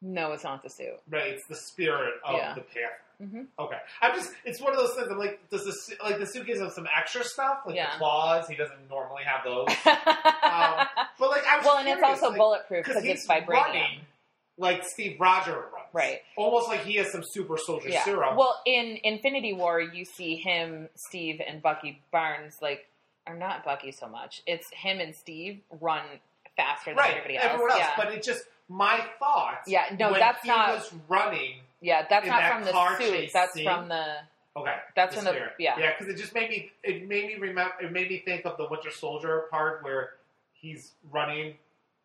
S2: No, it's not the suit.
S1: Right, it's the spirit of
S2: Yeah.
S1: the Panther.
S2: hmm
S1: Okay, I'm just—it's one of those things. I'm like, does this like the suit gives him some extra stuff, like
S2: Yeah.
S1: the claws? He doesn't normally have those. Um, but like, I was
S2: well, and it's
S1: curious,
S2: also
S1: like,
S2: bulletproof because
S1: he's
S2: it's vibranium.
S1: running like Steve Roger runs,
S2: Right.
S1: Almost like he has some super soldier
S2: Yeah.
S1: serum.
S2: Well, in Infinity War, you see him, Steve, and Bucky Barnes, like, or not Bucky so much. It's him and Steve run faster than
S1: right,
S2: everybody else.
S1: everyone else.
S2: yeah.
S1: But it just my thoughts.
S2: yeah, no,
S1: when
S2: that's
S1: he
S2: not.
S1: was running.
S2: yeah, that's
S1: in
S2: not
S1: that
S2: from the
S1: car
S2: suit.
S1: chase
S2: That's
S1: scene.
S2: from the.
S1: Okay,
S2: That's
S1: the
S2: from the.
S1: spirit.
S2: Yeah.
S1: yeah, because it just made me. It made me remember. It made me think of the Winter Soldier part where he's running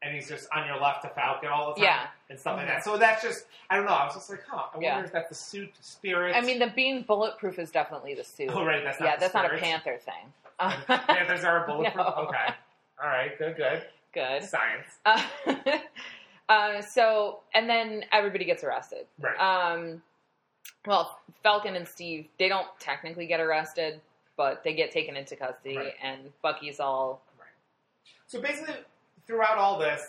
S1: and he's just on your left to Falcon all the time.
S2: Yeah. Mm-hmm.
S1: and stuff like that. So that's just I don't know. I was just like, huh. I wonder
S2: Yeah.
S1: if that's the suit spirit.
S2: I mean, the being bulletproof is definitely the suit.
S1: oh right, that's not
S2: yeah,
S1: the
S2: that's not a
S1: spirit.
S2: panther thing.
S1: Panthers are a bulletproof.
S2: No.
S1: Okay, all right, good, good.
S2: Good.
S1: Science,
S2: Uh, uh, so, and then everybody gets arrested.
S1: right?
S2: um, well, Falcon and Steve, they don't technically get arrested, but they get taken into custody,
S1: Right.
S2: and Bucky's all
S1: so basically, throughout all this,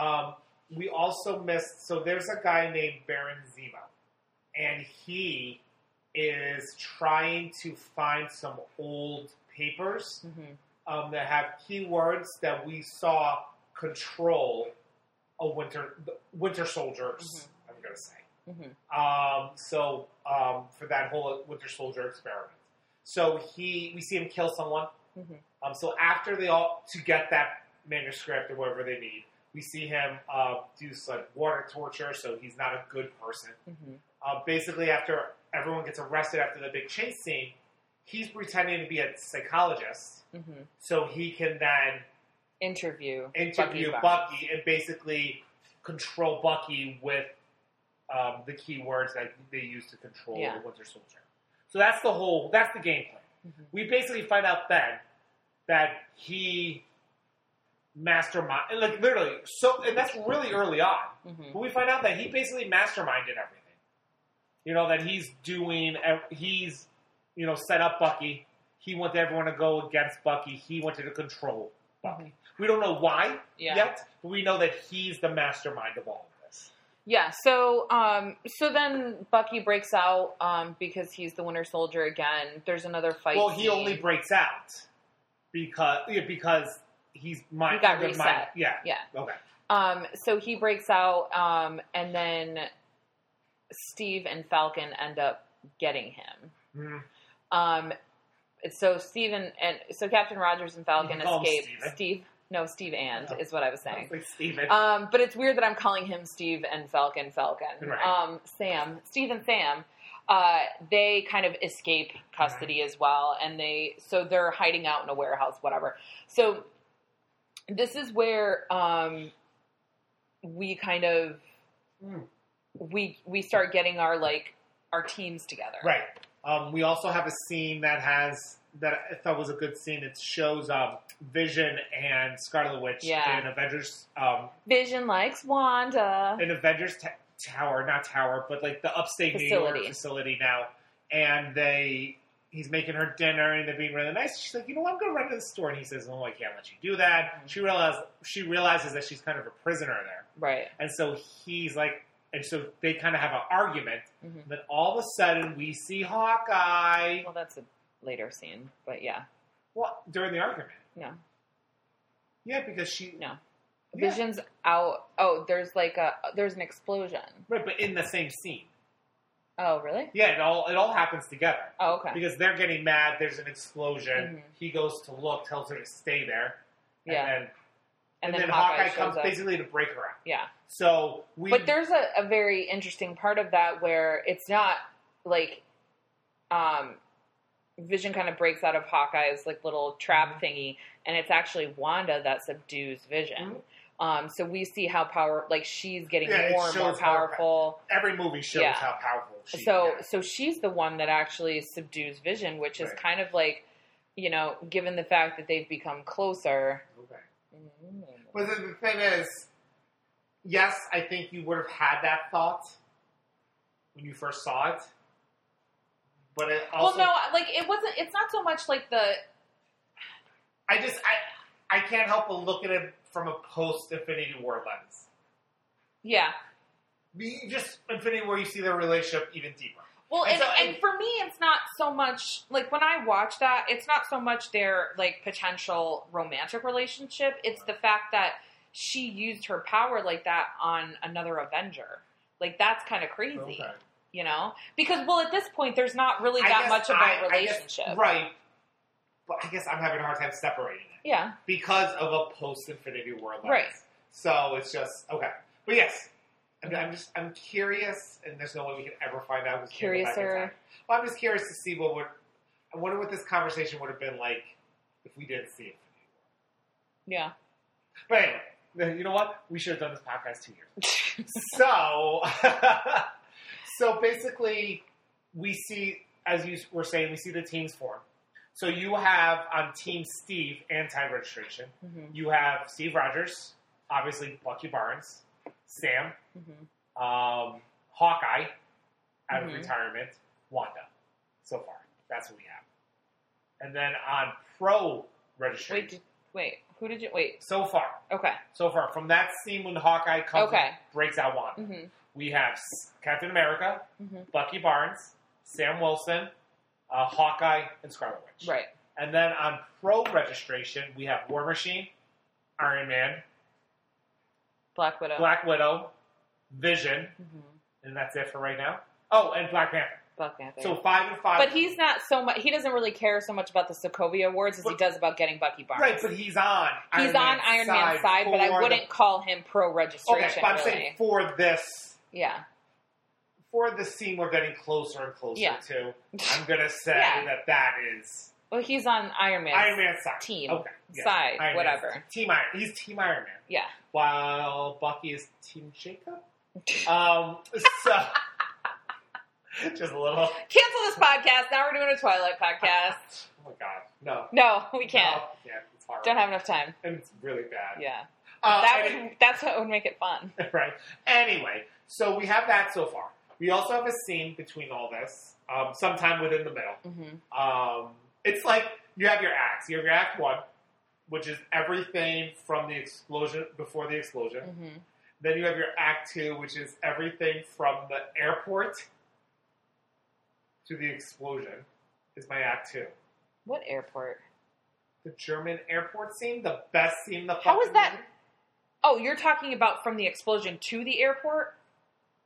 S1: um, we also missed. So there's a guy named Baron Zemo, and he is trying to find some old papers um, that have keywords that we saw control a winter the winter soldiers.
S2: Mhm.
S1: I'm gonna say.
S2: Mhm.
S1: Um, so um, for that whole winter soldier experiment, so he we see him kill someone.
S2: Mhm.
S1: Um, so after they all to get that manuscript or whatever they need, we see him uh, do some water torture. So he's not a good person. Uh, basically, after everyone gets arrested after the big chase scene, he's pretending to be a psychologist so he can then
S2: interview
S1: interview
S2: Bucky
S1: Bucky,
S2: Barnes.
S1: and basically control Bucky with um, the keywords that they use to control
S2: Yeah.
S1: the Winter Soldier. So that's the whole. That's the game plan.
S2: Mhm.
S1: We basically find out then that he mastermind, like literally. So, and that's really early on.
S2: Mhm.
S1: But we find out that he basically masterminded everything. You know that he's doing. ev- He's you know set up Bucky. He wanted everyone to go against Bucky. He wanted to control Bucky. We don't know why
S2: Mm-hmm. Yeah.
S1: yet, but we know that he's the mastermind of all of this.
S2: Yeah, so um so then Bucky breaks out um because he's the Winter Soldier again. There's another fight.
S1: well, he
S2: scene.
S1: only breaks out because yeah, because he's mind.
S2: He got
S1: the Mind,
S2: reset.
S1: yeah.
S2: Yeah.
S1: Okay.
S2: Um so he breaks out um and then Steve and Falcon end up getting him.
S1: Mhm.
S2: Um so Steve and, and so Captain Rogers and Falcon
S1: You can call him
S2: escape.
S1: Steven.
S2: Steve no, Steve and
S1: Oh.
S2: is what I was
S1: I
S2: saying.
S1: was like Steven.
S2: Um, but it's weird that I'm calling him Steve and Falcon Falcon.
S1: Right.
S2: Um, Sam, Steve and Sam, uh, they kind of escape custody as well, and they so they're hiding out in a warehouse, whatever. So this is where um, we kind of
S1: Mm.
S2: we we start getting our like our teams together.
S1: Right. Um, we also have a scene that has that I thought was a good scene. It shows um, Vision and Scarlet Witch
S2: Yeah.
S1: in Avengers um,
S2: Vision likes Wanda.
S1: in Avengers t- Tower, not Tower, but like the upstate New
S2: Facility.
S1: York facility now. And they, he's making her dinner, and they're being really nice. She's like, you know, what? I'm going to run to the store, and he says, oh, I can't let you do that.
S2: Mhm.
S1: She realizes she realizes that she's kind of a prisoner there.
S2: Right.
S1: And so he's like, and so they kind of have an argument.
S2: Mhm.
S1: Then all of a sudden, we see Hawkeye.
S2: Well, that's a later scene, but yeah,
S1: Well, during the argument.
S2: no.
S1: Yeah, because she.
S2: No.
S1: Yeah,
S2: Vision's out. Oh, there's like a there's an explosion.
S1: right, but in the same scene.
S2: Oh, really?
S1: Yeah, it all it all happens together
S2: Oh, okay.
S1: because they're getting mad. There's an explosion.
S2: Mhm.
S1: He goes to look, tells her to stay there. And
S2: Yeah.
S1: Then, and, then, Hawkeye,
S2: Hawkeye, shows
S1: comes
S2: up.
S1: basically to break her out.
S2: Yeah.
S1: So we.
S2: But there's a, a very interesting part of that where it's not like um Vision kind of breaks out of Hawkeye's like little
S1: Mm-hmm.
S2: trap thingy, and it's actually Wanda that subdues Vision. Um, so we see how power like she's getting
S1: Mm-hmm. Yeah, it
S2: more and more
S1: shows her-
S2: powerful.
S1: every movie shows
S2: Yeah.
S1: how powerful she
S2: so
S1: is.
S2: so she's the one that actually subdues Vision, which is
S1: Right.
S2: kind of like you know, given the fact that they've become closer.
S1: Okay. But the the thing is, yes, I think you would have had that thought when you first saw it. But it also,
S2: well, no, like it wasn't. It's not so much like the
S1: I just I I can't help but look at it from a post Infinity War lens.
S2: yeah.
S1: Be- Just Infinity War, you see their relationship even deeper.
S2: Well,
S1: And
S2: and,
S1: so-
S2: and for me, it's not so much like when I watch that, it's not so much their like potential romantic relationship. It's the fact that she used her power like that on another Avenger. Like that's kind of crazy, you know? Because well, at this point, there's not really
S1: I
S2: that
S1: guess
S2: much of
S1: I-
S2: a
S1: I guess-
S2: relationship,
S1: right? But I guess I'm having a hard time separating it
S2: Yeah,
S1: because of a post Infinity War lens.
S2: Right.
S1: So it's just okay. But yes, I'm, I'm just I'm curious, and there's no way we can ever find out. who's gonna go back in
S2: Curiouser.
S1: time. Well, I'm just curious to see what would. I wonder what this conversation would have been like if we didn't see it.
S2: yeah.
S1: But anyway, you know what? We should have done this podcast two years. So, so basically, we see, as you were saying, we see the teams form. So you have on Team Steve anti-registration.
S2: hmm
S1: You have Steve Rogers, obviously Bucky Barnes, Sam,
S2: mm-hmm.
S1: um, Hawkeye out of
S2: Mhm.
S1: retirement, Wanda. So far, that's what we have. And then on pro registration,
S2: Wait, did, wait. Who did you wait?
S1: so far,
S2: Okay.
S1: so far from that scene when Hawkeye comes,
S2: Okay.
S1: and breaks out Wanda.
S2: hmm
S1: We have S- Captain America,
S2: hmm
S1: Bucky Barnes, Sam Wilson, uh, Hawkeye, and Scarlet Witch.
S2: Right.
S1: And then on pro registration, we have War Machine, Iron Man,
S2: Black Widow.
S1: Black Widow, Vision,
S2: Mhm.
S1: and that's it for right now. Oh, and Black Panther.
S2: Black Panther.
S1: So five and five.
S2: But he's not so much. He doesn't really care so much about the Sokovia Awards as he
S1: But-
S2: does about getting Bucky Barnes.
S1: right, but he's on.
S2: he's on Iron Man's side, but I
S1: for
S2: wouldn't call him
S1: The,
S2: pro
S1: okay,
S2: registration.
S1: but I'm
S2: really.
S1: saying for this,
S2: yeah,
S1: for this scene, we're getting closer and closer
S2: Yeah.
S1: to. I'm gonna say
S2: Yeah.
S1: that that is
S2: well, he's on Iron Man's
S1: Iron Man's side.
S2: team
S1: Okay, yes. Iron
S2: side,
S1: Man's
S2: whatever.
S1: team Iron. He's Team Iron Man,
S2: Yeah,
S1: while Bucky is Team Jacob. Um, so just a little.
S2: cancel this podcast. Now we're doing a Twilight podcast.
S1: Oh my god, no,
S2: No, we can't.
S1: No, yeah, it's hard.
S2: Don't have enough time.
S1: and it's really bad.
S2: Yeah,
S1: Uh,
S2: that
S1: and
S2: would that's what would make it fun.
S1: right. Anyway, so we have that so far. We also have a scene between all this, um, sometime within the middle.
S2: hmm
S1: Um, it's like you have your acts. You have your act one, which is everything from the explosion before the explosion.
S2: hmm
S1: Then you have your act two, which is everything from the airport to the explosion. Is my act two.
S2: What airport?
S1: The German airport scene, the best scene. in The
S2: How is
S1: fucking
S2: that-
S1: movie.
S2: Oh, you're talking about from the explosion to the airport?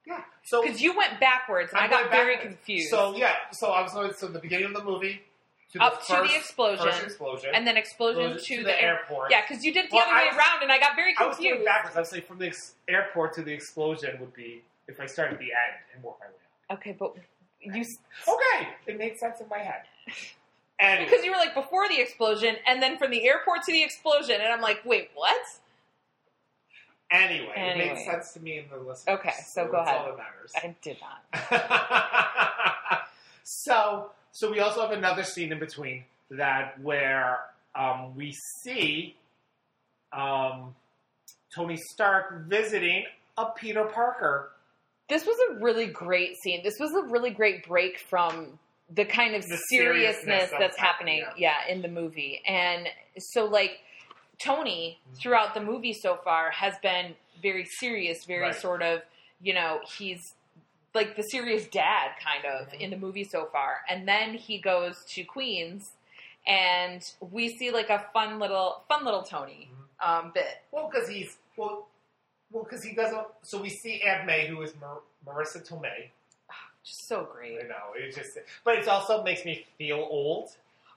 S1: Yeah. So
S2: Because you went backwards, and
S1: I'm
S2: I got
S1: going
S2: very
S1: backwards.
S2: confused.
S1: So yeah. So I was going so the beginning of the movie to
S2: Up to
S1: the
S2: the
S1: first-
S2: explosion,
S1: first explosion,
S2: and then explosion
S1: explosion
S2: to, the, airport.
S1: airport.
S2: Yeah, because you did it the
S1: Well,
S2: other
S1: I
S2: way
S1: was-
S2: around, and I got very
S1: I was going
S2: confused.
S1: backwards. I was saying from the ex- airport to the explosion would be if I start at the end and work my way up.
S2: Okay, but you s-
S1: Okay, it made sense in my head. And
S2: because you were like before the explosion, and then from the airport to the explosion, and I'm like, wait, what?
S1: Anyway, it
S2: Anyway.
S1: made sense to me and the listeners.
S2: Okay, so go
S1: that's
S2: ahead.
S1: all that matters.
S2: I did not.
S1: so, so we also have another scene in between that where um, we see um, Tony Stark visiting a Peter Parker.
S2: This was a really great scene. This was a really great break from the kind of
S1: The seriousness
S2: seriousness,
S1: that's
S2: that's
S1: happening,
S2: happening, yeah. in the movie. And so, like, Tony,
S1: Mm-hmm.
S2: throughout the movie so far, has been very serious, very
S1: Right.
S2: sort of, you know, he's like the serious dad kind of
S1: Mhm.
S2: in the movie so far. And then he goes to Queens and we see like a fun little fun little Tony um bit.
S1: Well, because he's well, well, because he doesn't. So we see Aunt May, who is Mar- Marissa Tomei.
S2: Just so
S1: You
S2: great.
S1: know, it just, but it also makes me feel old.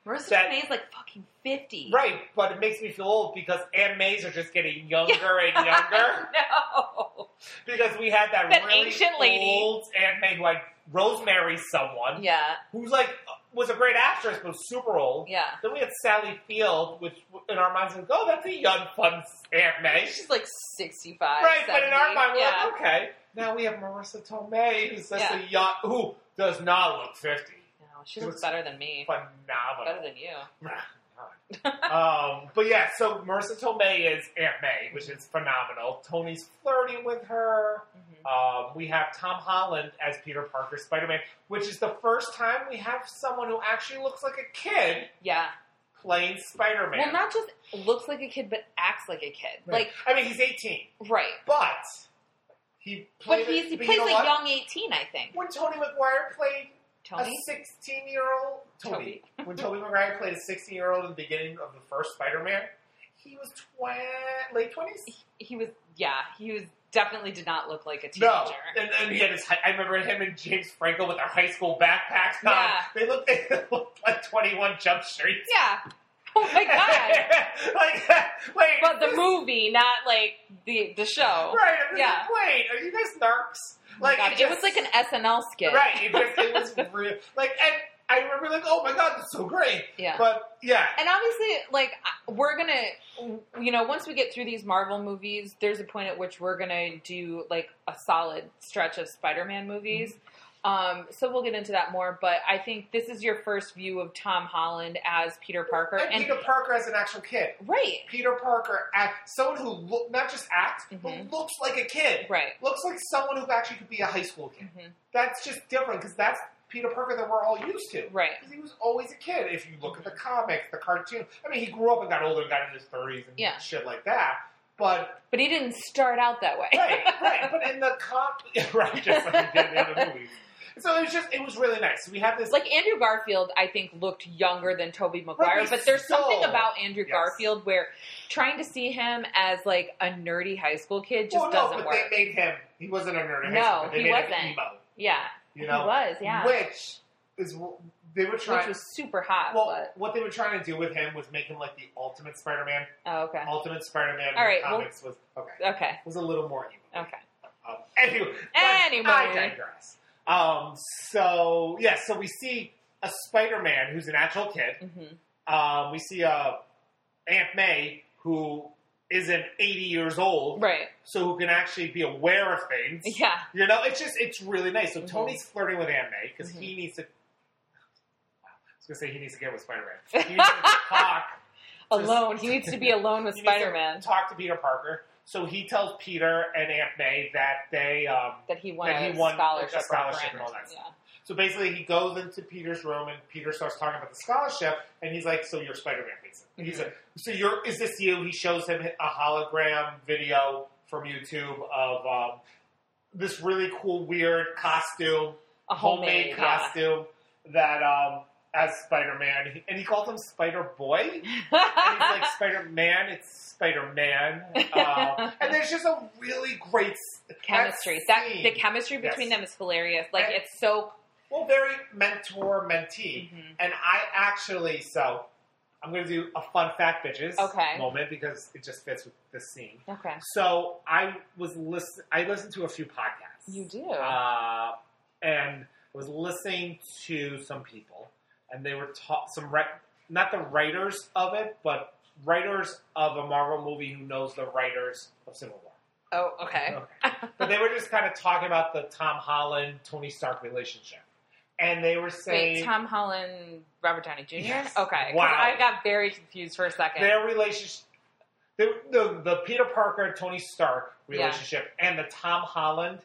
S2: Marissa
S1: That-
S2: Tomei is like fucking fifty.
S1: Right, but it makes me feel old because Aunt Mays are just getting younger and younger.
S2: no.
S1: Because we had that,
S2: That
S1: really
S2: ancient lady.
S1: old Aunt May who had Rosemary someone
S2: Yeah,
S1: who's like uh, was a great actress but super old.
S2: yeah.
S1: Then we had Sally Field, which in our minds was like, oh, that's a young, fun Aunt May.
S2: She's like 65.
S1: right, but in our
S2: 70.
S1: mind, we're
S2: yeah.
S1: like, okay. Now we have Marissa Tomei, who's just
S2: Yeah.
S1: a young, who does not look fifty.
S2: No, she looks better than me. Better
S1: Phenomenal. Ah,
S2: than you.
S1: um, but yeah, so Marissa Tomei is Aunt May, which is phenomenal. Tony's flirting with her.
S2: Mhm.
S1: Um, we have Tom Holland as Peter Parker, Spider Man, which is the first time we have someone who actually looks like a kid
S2: Yeah.
S1: playing Spider Man.
S2: Well, not just looks like a kid, but acts like a kid.
S1: I mean, he's 18,
S2: Like, right.
S1: but he
S2: But
S1: played.
S2: he's, he
S1: but
S2: plays
S1: you know
S2: a
S1: what?
S2: young 18, I think.
S1: When Tony McGuire played
S2: Tony?
S1: a 16 year old. Tony. when Tony McGuire played a 16 year old in the beginning of the first Spider Man, he was tw- late 20s?
S2: He was, yeah, he was definitely did not look like a teenager.
S1: No, and, and he had his. hi- I remember him and James Franco with their high school backpacks on.
S2: Yeah.
S1: They looked. They looked like Twenty One Jump Street.
S2: Yeah. Oh my god.
S1: like, wait.
S2: but the movie, not like the the show.
S1: Right. I'm just
S2: Yeah.
S1: like, wait, are you guys narcs?
S2: Oh my God, it
S1: just-
S2: was like an SNL skit.
S1: Right. It, just, it was real. Like, and I remember, like, oh my god, that's so great.
S2: Yeah.
S1: But yeah,
S2: and obviously, like I- we're gonna, you know, once we get through these Marvel movies, there's a point at which we're gonna do like a solid stretch of Spider-Man movies.
S1: Mm-hmm.
S2: Um, so we'll get into that more, but I think this is your first view of Tom Holland as Peter Parker,
S1: and,
S2: and,
S1: Peter Parker as an actual kid.
S2: right,
S1: Peter Parker, act, someone who look not just acts,
S2: Mhm.
S1: but looks like a kid.
S2: right,
S1: Looks like someone who actually could be a high school kid.
S2: Mhm.
S1: That's just different because that's Peter Parker that we're all used to.
S2: right,
S1: Because he was always a kid. If you look at the comics, the cartoon, I mean, he grew up and got older and got in his thirties and
S2: Yeah.
S1: shit like that. But
S2: but he didn't start out that way,
S1: right, right. But in the cop, right, just like he did in the movie. So it was just, it was really nice. We have this
S2: Like Andrew Garfield, I think looked younger than Toby
S1: Right,
S2: Maguire,
S1: but
S2: but there's
S1: still-
S2: something about Andrew
S1: Yes.
S2: Garfield where trying to see him as like a nerdy high school kid just
S1: well, no,
S2: doesn't
S1: but
S2: work.
S1: they made him. He wasn't a nerd. in high
S2: No,
S1: school, but they
S2: he
S1: made Him
S2: wasn't.
S1: emo,
S2: yeah,
S1: you know,
S2: he was, yeah,
S1: which is wh- they were
S2: which
S1: trying.
S2: was super hot.
S1: well,
S2: but,
S1: what they were trying to do with him was make him like the ultimate Spider-Man.
S2: oh, okay,
S1: Ultimate Spider-Man in
S2: All
S1: the
S2: right, well-
S1: comics was okay.
S2: okay,
S1: Was a little more emo.
S2: okay.
S1: Um, anyway, but
S2: Anyway.
S1: I digress. Um, so yeah, so we see a Spider-Man who's an actual kid.
S2: hmm
S1: Um, we see a Aunt May who isn't 80 years old,
S2: Right?
S1: so who can actually be aware of things.
S2: Yeah.
S1: You know, it's just it's really nice. So
S2: Mhm.
S1: Tony's flirting with Aunt May because
S2: Mhm.
S1: he needs to. was gonna say he needs to get with Spider Man. He needs to talk
S5: alone. He needs to be alone with
S1: he needs to
S5: Spider Man
S1: Talk to Peter Parker. So he tells Peter and Aunt May that they. Um,
S5: that he won,
S1: that he
S5: a,
S1: won a
S5: scholarship
S1: scholarship
S5: or
S1: and
S5: a
S1: all
S5: grant.
S1: that so basically, he goes into Peter's room and Peter starts talking about the scholarship, and he's like, "So you're Spider Man, basically." He's like, "So you're is this you?" He shows him a hologram video from YouTube of um, this really cool, weird costume
S5: Yeah. A homemade,
S1: homemade costume that um, as Spider Man, and he called him Spider Boy. And he's like Spider Man, it's Spider Man, uh, and there's just a really great s-
S2: chemistry. That
S1: scene.
S2: the chemistry between
S1: Yes.
S2: them is hilarious. Like
S1: And-
S2: it's so.
S1: well, very mentor mentee,
S2: mhm.
S1: and I actually so I'm going to do a fun fact, bitches,
S2: Okay.
S1: moment because it just fits with this scene.
S5: Okay.
S1: So I was listen, I listened to a few podcasts.
S5: You do.
S1: uh, and was listening to some people, and they were taught some re- not the writers of it, but writers of a Marvel movie who knows the writers of Civil War.
S2: Oh, okay.
S1: but they were just kind of talking about the Tom Holland Tony Stark relationship, and they were saying
S2: Wait, Tom Holland, Robert Downey Jr.
S1: Yes.
S2: Okay, 'cause
S1: Wow.
S2: I got very confused for a second.
S1: their relationship. The, the, the Peter Parker Tony Stark relationship and the Tom Holland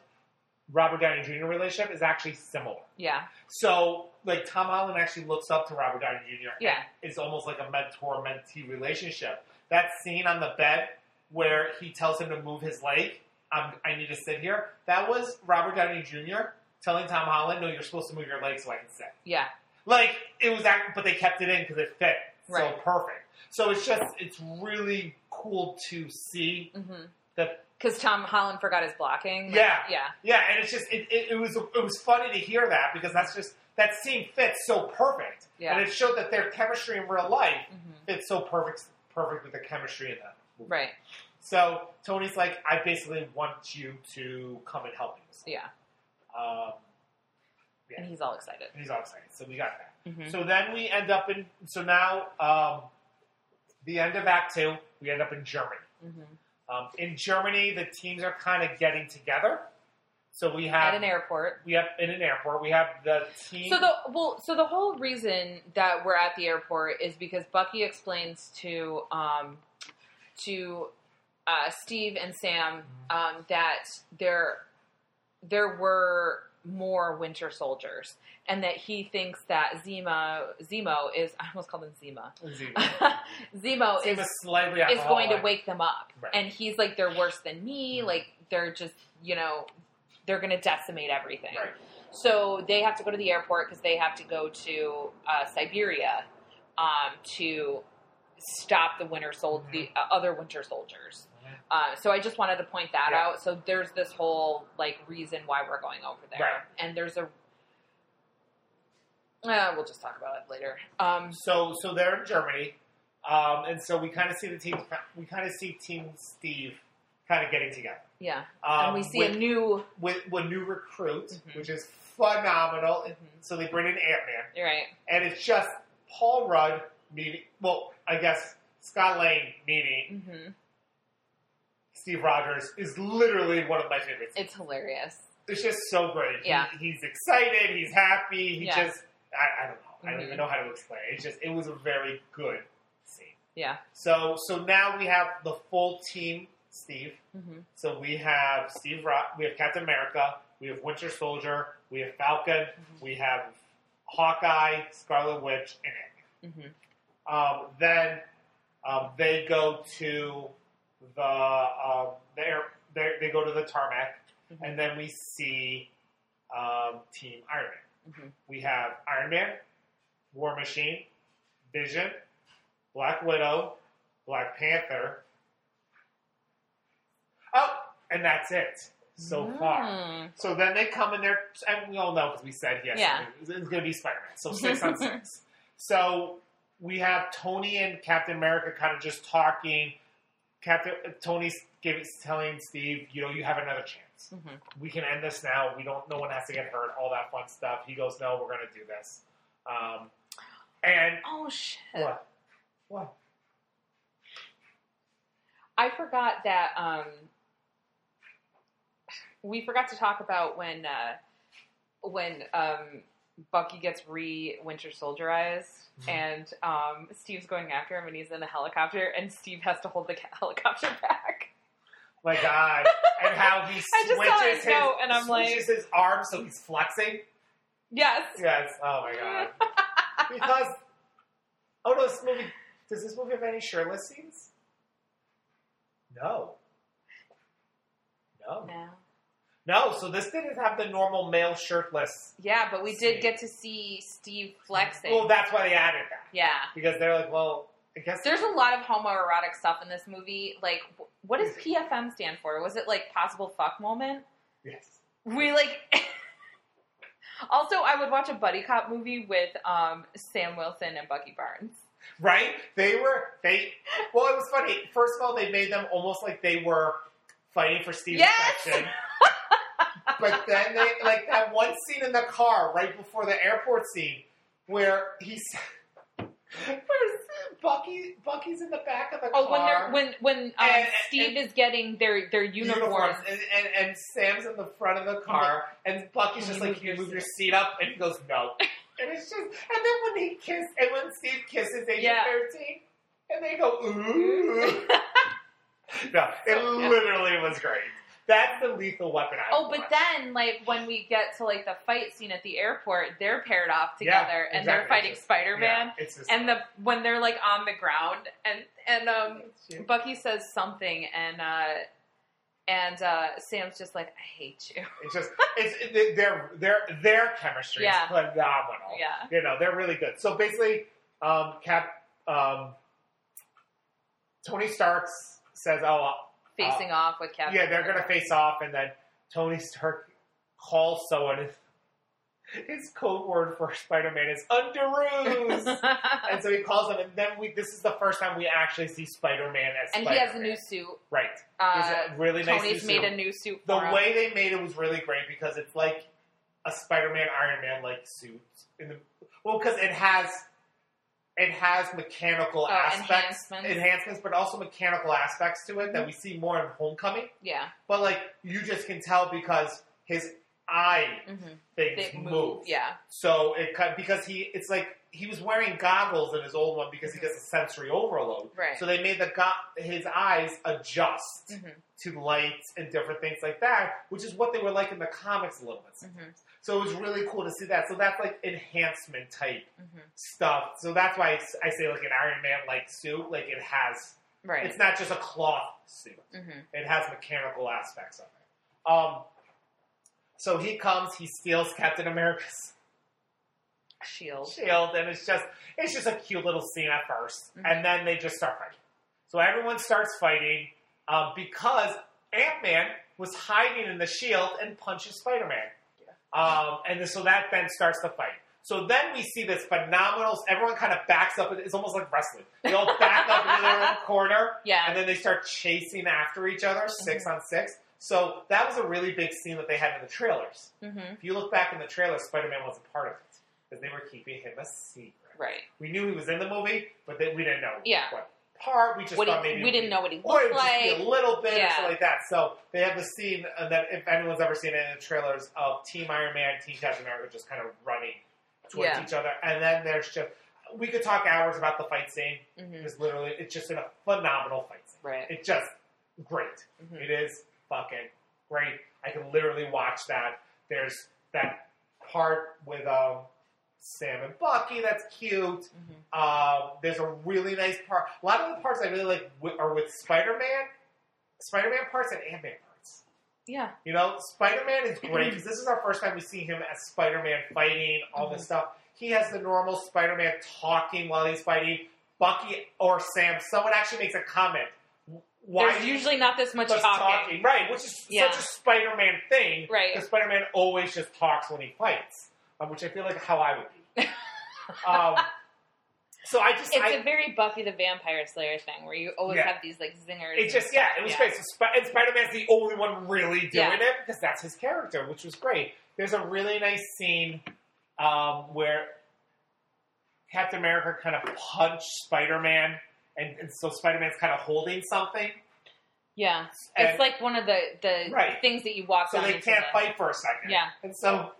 S1: Robert Downey Jr. relationship is actually similar.
S2: yeah,
S1: So, like, Tom Holland actually looks up to Robert Downey Jr.
S2: yeah.
S1: It's almost like a mentor mentee relationship. That scene on the bed where he tells him to move his leg, i I need to sit here, that was Robert Downey Jr. telling Tom Holland, no, you're supposed to move your leg so I can sit.
S2: Yeah.
S1: Like, it was act, but they kept it in because it fit so
S2: Right.
S1: perfect. So it's just, it's really cool to see
S2: Mm-hmm.
S1: that
S2: Because Tom Holland forgot his blocking. Like,
S1: Yeah.
S2: yeah.
S1: Yeah, and it's just it, it, it was it was funny to hear that because that's just that scene fits so perfect,
S2: Yeah.
S1: and it showed that their chemistry in real life
S2: Mm-hmm.
S1: fits so perfect perfect with the chemistry in them.
S2: Right.
S1: So Tony's like, I basically want you to come and help me. with something."
S2: Yeah.
S1: Um,
S2: And he's all excited.
S1: and he's all excited, so we got that.
S2: Mm-hmm.
S1: So then we end up in so now um, the end of Act Two, we end up in Germany.
S2: Mm-hmm.
S1: Um, in Germany, the teams are kind of getting together. So we have
S2: At an airport.
S1: We have in an airport. We have the team.
S2: So the well, so the whole reason that we're at the airport is because Bucky explains to um, to uh, Steve and Sam um, that there there were more Winter Soldiers, and that he thinks that Zemo Zemo is I almost called him Zima. Zemo
S1: Team
S2: is
S1: is slightly
S2: is going to
S1: alcoholic.
S2: wake them up.
S1: Right.
S2: And he's like, they're worse than me.
S1: Mhm.
S2: Like, they're just, you know, they're going to decimate everything.
S1: Right.
S2: So they have to go to the airport because they have to go to uh, Siberia um, to stop the winter sol-
S1: Mhm.
S2: the uh, other winter soldiers.
S1: Mhm.
S2: Uh, so I just wanted to point that
S1: Yeah.
S2: out. So there's this whole like reason why we're going over there,
S1: Right.
S2: and there's a. Uh, we'll just talk about it later. Um,
S1: So so they're in Germany, um, and so we kind of see the team. We kind of see Team Steve kind of getting together.
S2: yeah,
S1: Um,
S2: and we see
S1: with,
S2: a new.
S1: with, with new recruit,
S2: Mhm.
S1: which is phenomenal. And
S2: Mhm.
S1: so they bring in Ant Man,
S2: You're right.
S1: and it's just Paul Rudd meeting. Well, I guess Scott Lane meeting
S2: hmm
S1: Steve Rogers is literally one of my favorites.
S2: It's hilarious.
S1: it's just so great. He-
S2: Yeah.
S1: he's excited. He's happy. He
S2: Yeah.
S1: just, I, I don't know. I don't
S2: Mhm.
S1: even know how to explain. it. It's just, it was a very good scene.
S2: Yeah.
S1: So, so now we have the full team, Steve.
S2: hmm
S1: So we have Steve Rock. We have Captain America. We have Winter Soldier. We have Falcon.
S2: Mhm.
S1: We have Hawkeye, Scarlet Witch, and Ant.
S2: hmm
S1: Um, then um, they go to the um, the air, they they go to the tarmac,
S2: Mhm.
S1: and then we see um, Team Iron Man.
S2: Mhm.
S1: We have Iron Man, War Machine, Vision, Black Widow, Black Panther. Oh, and that's it so
S2: Hmm.
S1: far.
S2: Mm-hmm.
S1: So then they come in there, and we all know because we said yes,
S2: Yeah.
S1: it's going to be Spider Man. So six on six. So we have Tony and Captain America kind of just talking. Captain Tony's giving, telling Steve, you know, you have another chance.
S2: hmm
S1: We can end this now. We don't. No one has to get hurt. All that fun stuff. He goes, no, we're going to do this. Um, and
S2: Oh shit!
S1: what? What?
S2: I forgot that. Um, we forgot to talk about when uh, when um, Bucky gets re Winter Soldierized,
S1: Mm-hmm.
S2: and um, Steve's going after him, and he's in a helicopter, and Steve has to hold the ca- helicopter back.
S1: My God, and how he
S2: I just saw
S1: switches
S2: his
S1: his
S2: note, and I'm like-
S1: switches his arm so he's flexing.
S2: Yes,
S1: Yes. Oh my God. Because oh no, this movie does this movie have any shirtless scenes? No. No.
S2: no.
S1: No. So this didn't have the normal male shirtless.
S2: yeah, but we
S1: Steve.
S2: did get to see Steve flexing.
S1: Well, that's why they added that.
S2: yeah,
S1: because they're like, well, I guess
S2: there's a lot of homoerotic stuff in this movie. Like, wh- what does PFM stand for? Was it like possible fuck moment?
S1: yes.
S2: We like. also, I would watch a buddy cop movie with um, Sam Wilson and Bucky Barnes.
S1: right. They were they. Well, it was funny. First of all, they made them almost like they were fighting for Steve's
S2: Yes!
S1: affection. but then they like that one scene in the car right before the airport scene where he's. Where's Bucky? Bucky's in the back of the
S2: Oh,
S1: car.
S2: when they're when when um,
S1: And- and-
S2: Steve is getting their their uniforms.
S1: And, and, and Sam's in the front of the car, and Bucky's just
S2: Can you
S1: like,
S2: move
S1: "Can you
S2: your
S1: move your seat up?" And he goes, "No." and it's just, and then when he kiss, and when Steve kisses Agent
S2: Yeah. Mm-hmm.
S1: Thirteen, and they go, "Ooh." no, it
S2: So-
S1: literally was great. That's the lethal weapon. I
S2: Oh, but
S1: want.
S2: then like when we get to like the fight scene at the airport, they're paired off
S1: Yeah,
S2: together and
S1: exactly.
S2: they're fighting
S1: It's
S2: Spider Man.
S1: Yeah, it's just
S2: And the when they're like on the ground and and um
S1: Shit.
S2: Bucky says something and uh and uh Sam's just like I hate you.
S1: it's just it's it, their their their chemistry
S2: Yeah.
S1: is phenomenal.
S2: Yeah.
S1: you know they're really good. So basically, um, Cap, um, Tony Starks says, "Oh,
S2: Facing off with Captain.
S1: yeah, they're gonna face off," and then Tony Stark calls someone. His code word for Spider-Man is underoos, and so he calls them. And then we this is the first time we actually see Spider-Man as
S2: and he
S1: Spider-Man.
S2: has a new suit.
S1: right. He
S2: Uh,
S1: has a really nice
S2: Tony's
S1: new
S2: made
S1: suit.
S2: a new suit
S1: The
S2: for him.
S1: way they made it was really great because it's like a Spider-Man Iron Man like suit. In the well, because it has it has mechanical
S2: Oh,
S1: aspects,
S2: enhancements. Mhm.
S1: enhancements, but also mechanical aspects to it that we see more in Homecoming.
S2: yeah.
S1: But like you just can tell because his eye
S2: hmm
S1: things
S2: They
S1: move.
S2: move. Yeah.
S1: So it cut because he it's like he was wearing goggles in his old one because he
S2: Mhm.
S1: gets a sensory overload.
S2: Right.
S1: So they made the go- his eyes adjust
S2: Mhm.
S1: to lights and different things like that, which is what they were like in the comics a little bit.
S2: hmm
S1: So it was really cool to see that. So that's like enhancement type
S2: hmm
S1: stuff. So that's why I s- I say like an Iron Man like suit, like it has.
S2: Right.
S1: It's not just a cloth suit.
S2: hmm
S1: It has mechanical aspects of it. Um. So he comes, he steals Captain America's
S2: Shield.
S1: shield, and it's just it's just a cute little scene at 1st
S2: Mhm.
S1: and then they just start fighting. So everyone starts fighting um, because Ant Man was hiding in the shield and punches Spider Man, um, and so that then starts the fight. So then we see this phenomenal. Everyone kind of backs up. It's almost like wrestling. They all back up into their own corner,
S2: Yeah.
S1: and then they start chasing after each other, 6 on six. So that was a really big scene that they had in the trailers.
S2: hmm
S1: If you look back in the trailer, Spider Man wasn't part of it because they were keeping him a secret.
S2: Right.
S1: We knew he was in the movie, but that we didn't know
S2: Yeah.
S1: what part. We just
S2: What
S1: thought
S2: he,
S1: maybe
S2: we didn't know what he
S1: or it
S2: looked
S1: would just be
S2: like.
S1: a little bit or
S2: Yeah.
S1: something like that. So they have the scene uh, that if anyone's ever seen it in the trailers of Team Iron Man, Team Captain America just kind of running towards
S2: Yeah.
S1: each other, and then there's just we could talk hours about the fight scene.
S2: hmm
S1: It's literally it's just a phenomenal fight scene.
S2: Right.
S1: It's just great.
S2: Mhm.
S1: It is fucking great. I can literally watch that. There's that part with um, Sam and Bucky that's cute.
S2: hmm
S1: Um, there's a really nice part. A lot of the parts I really like wi- are with Spider Man, Spider Man parts, and Ant Man parts.
S2: Yeah.
S1: You know, Spider Man is great because this is our first time we see him as Spider Man fighting, all this stuff. He has the normal Spider Man talking while he's fighting. Bucky or Sam, someone actually makes a comment. Why
S2: There's usually not this much
S1: just
S2: talking.
S1: talking, right? Which is
S2: Yeah.
S1: such a Spider-Man thing,
S2: Right.
S1: Because Spider-Man always just talks when he fights, um, which I feel like how I would be. um, so I just,
S2: It's
S1: I,
S2: a very Buffy the Vampire Slayer thing where you always
S1: Yeah.
S2: have these like zingers.
S1: it just, yeah, it was great. So Sp- and Spider-Man's the only one really doing
S2: Yeah.
S1: it because that's his character, which was great. There's a really nice scene um, where Captain America kind of punched Spider-Man, and, and so Spider-Man's kind of holding something.
S2: Yeah.
S1: And-
S2: it's like one of the the
S1: Right.
S2: things that you walk
S1: so
S2: on
S1: they
S2: into
S1: can't
S2: the-
S1: fight for a second.
S2: Yeah.
S1: And so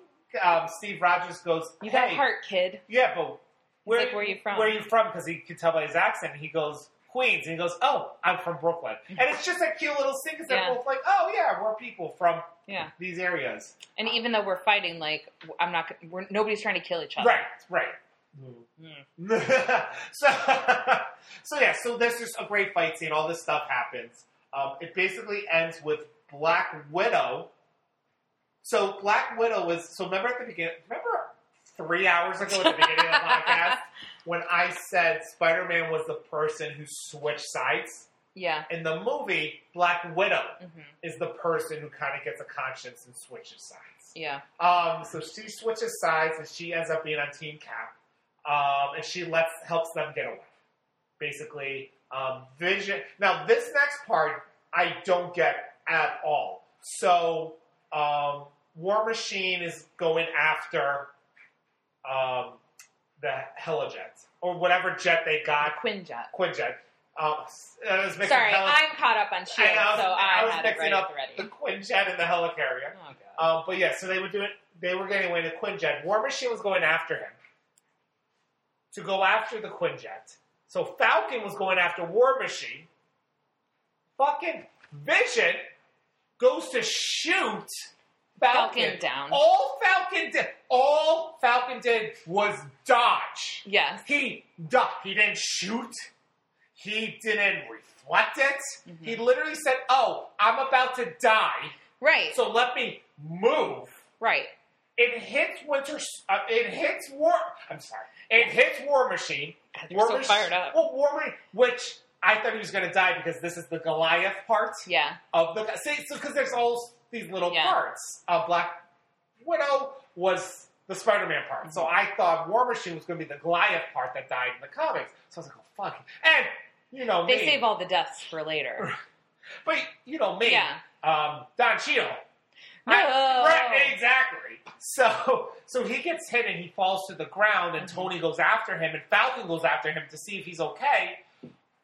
S1: um, Steve Rogers goes,
S2: You got
S1: hey,
S2: heart, kid.
S1: yeah, but where,
S2: like, where you from?
S1: Where you from? Because he could tell by his accent. He goes, Queens. And he goes, oh, I'm from Brooklyn. And it's just a cute little scene because
S2: Yeah.
S1: they're both like, oh, yeah, we're people from
S2: Yeah.
S1: these areas.
S2: And even though we're fighting, like I'm not. We're, nobody's trying to kill each other.
S1: Right,
S2: Mm.
S1: right. so, so yeah, so there's just a great fight scene. All this stuff happens. Um, it basically ends with Black Widow. So Black Widow was so remember at the beginning. Remember three hours ago at the beginning of the podcast when I said Spider Man was the person who switched sides.
S2: Yeah.
S1: In the movie, Black Widow
S2: hmm
S1: is the person who kind of gets a conscience and switches sides.
S2: Yeah.
S1: Um, so she switches sides and she ends up being on Team Cap. Um, and she lets helps them get away. Basically, um, Vision. Now this next part I don't get at all. So um, War Machine is going after um, the Helijet or whatever jet they got,
S2: Quinjet.
S1: Quinjet. Um, I was mixing
S2: Sorry,
S1: Heli-
S2: I'm caught up on Shield,
S1: I know, I was-
S2: so
S1: I
S2: I,
S1: was
S2: had it
S1: mixing
S2: right
S1: up
S2: up already.
S1: the Quinjet and the Helicarrier.
S2: Oh god.
S1: Um, but yeah, so they were doing. They were getting away to Quinjet. War Machine was going after him to go after the Quinjet. So Falcon was going after War Machine. Fucking Vision goes to shoot Falcon.
S2: Falcon down.
S1: All Falcon did. All Falcon did was dodge.
S2: Yes.
S1: He ducked. He didn't shoot. He didn't reflect it. He literally said, "Oh, I'm about to die,
S2: Right.
S1: so let me move."
S2: right.
S1: It hits Winter. Uh, it hits War. I'm sorry. It hits War Machine.
S2: God, you're
S1: War
S2: so
S1: Mach-
S2: fired up.
S1: Well, War Machine, which I thought he was going to die because this is the Goliath part
S2: Yeah.
S1: of the. See, because there's all these little
S2: Yeah.
S1: parts. Uh, Black Widow was the Spider-Man part, so
S2: Mm-hmm.
S1: I thought War Machine was going to be the Goliath part that died in the comics. So I was like, oh fuck. And you know
S2: They
S1: me,
S2: save all the deaths for later.
S1: but you know me,
S2: Yeah.
S1: um, Don Cheadle.
S2: No.
S1: Right, exactly. So so he gets hit and he falls to the ground and
S2: Mhm.
S1: Tony goes after him and Falcon goes after him to see if he's okay.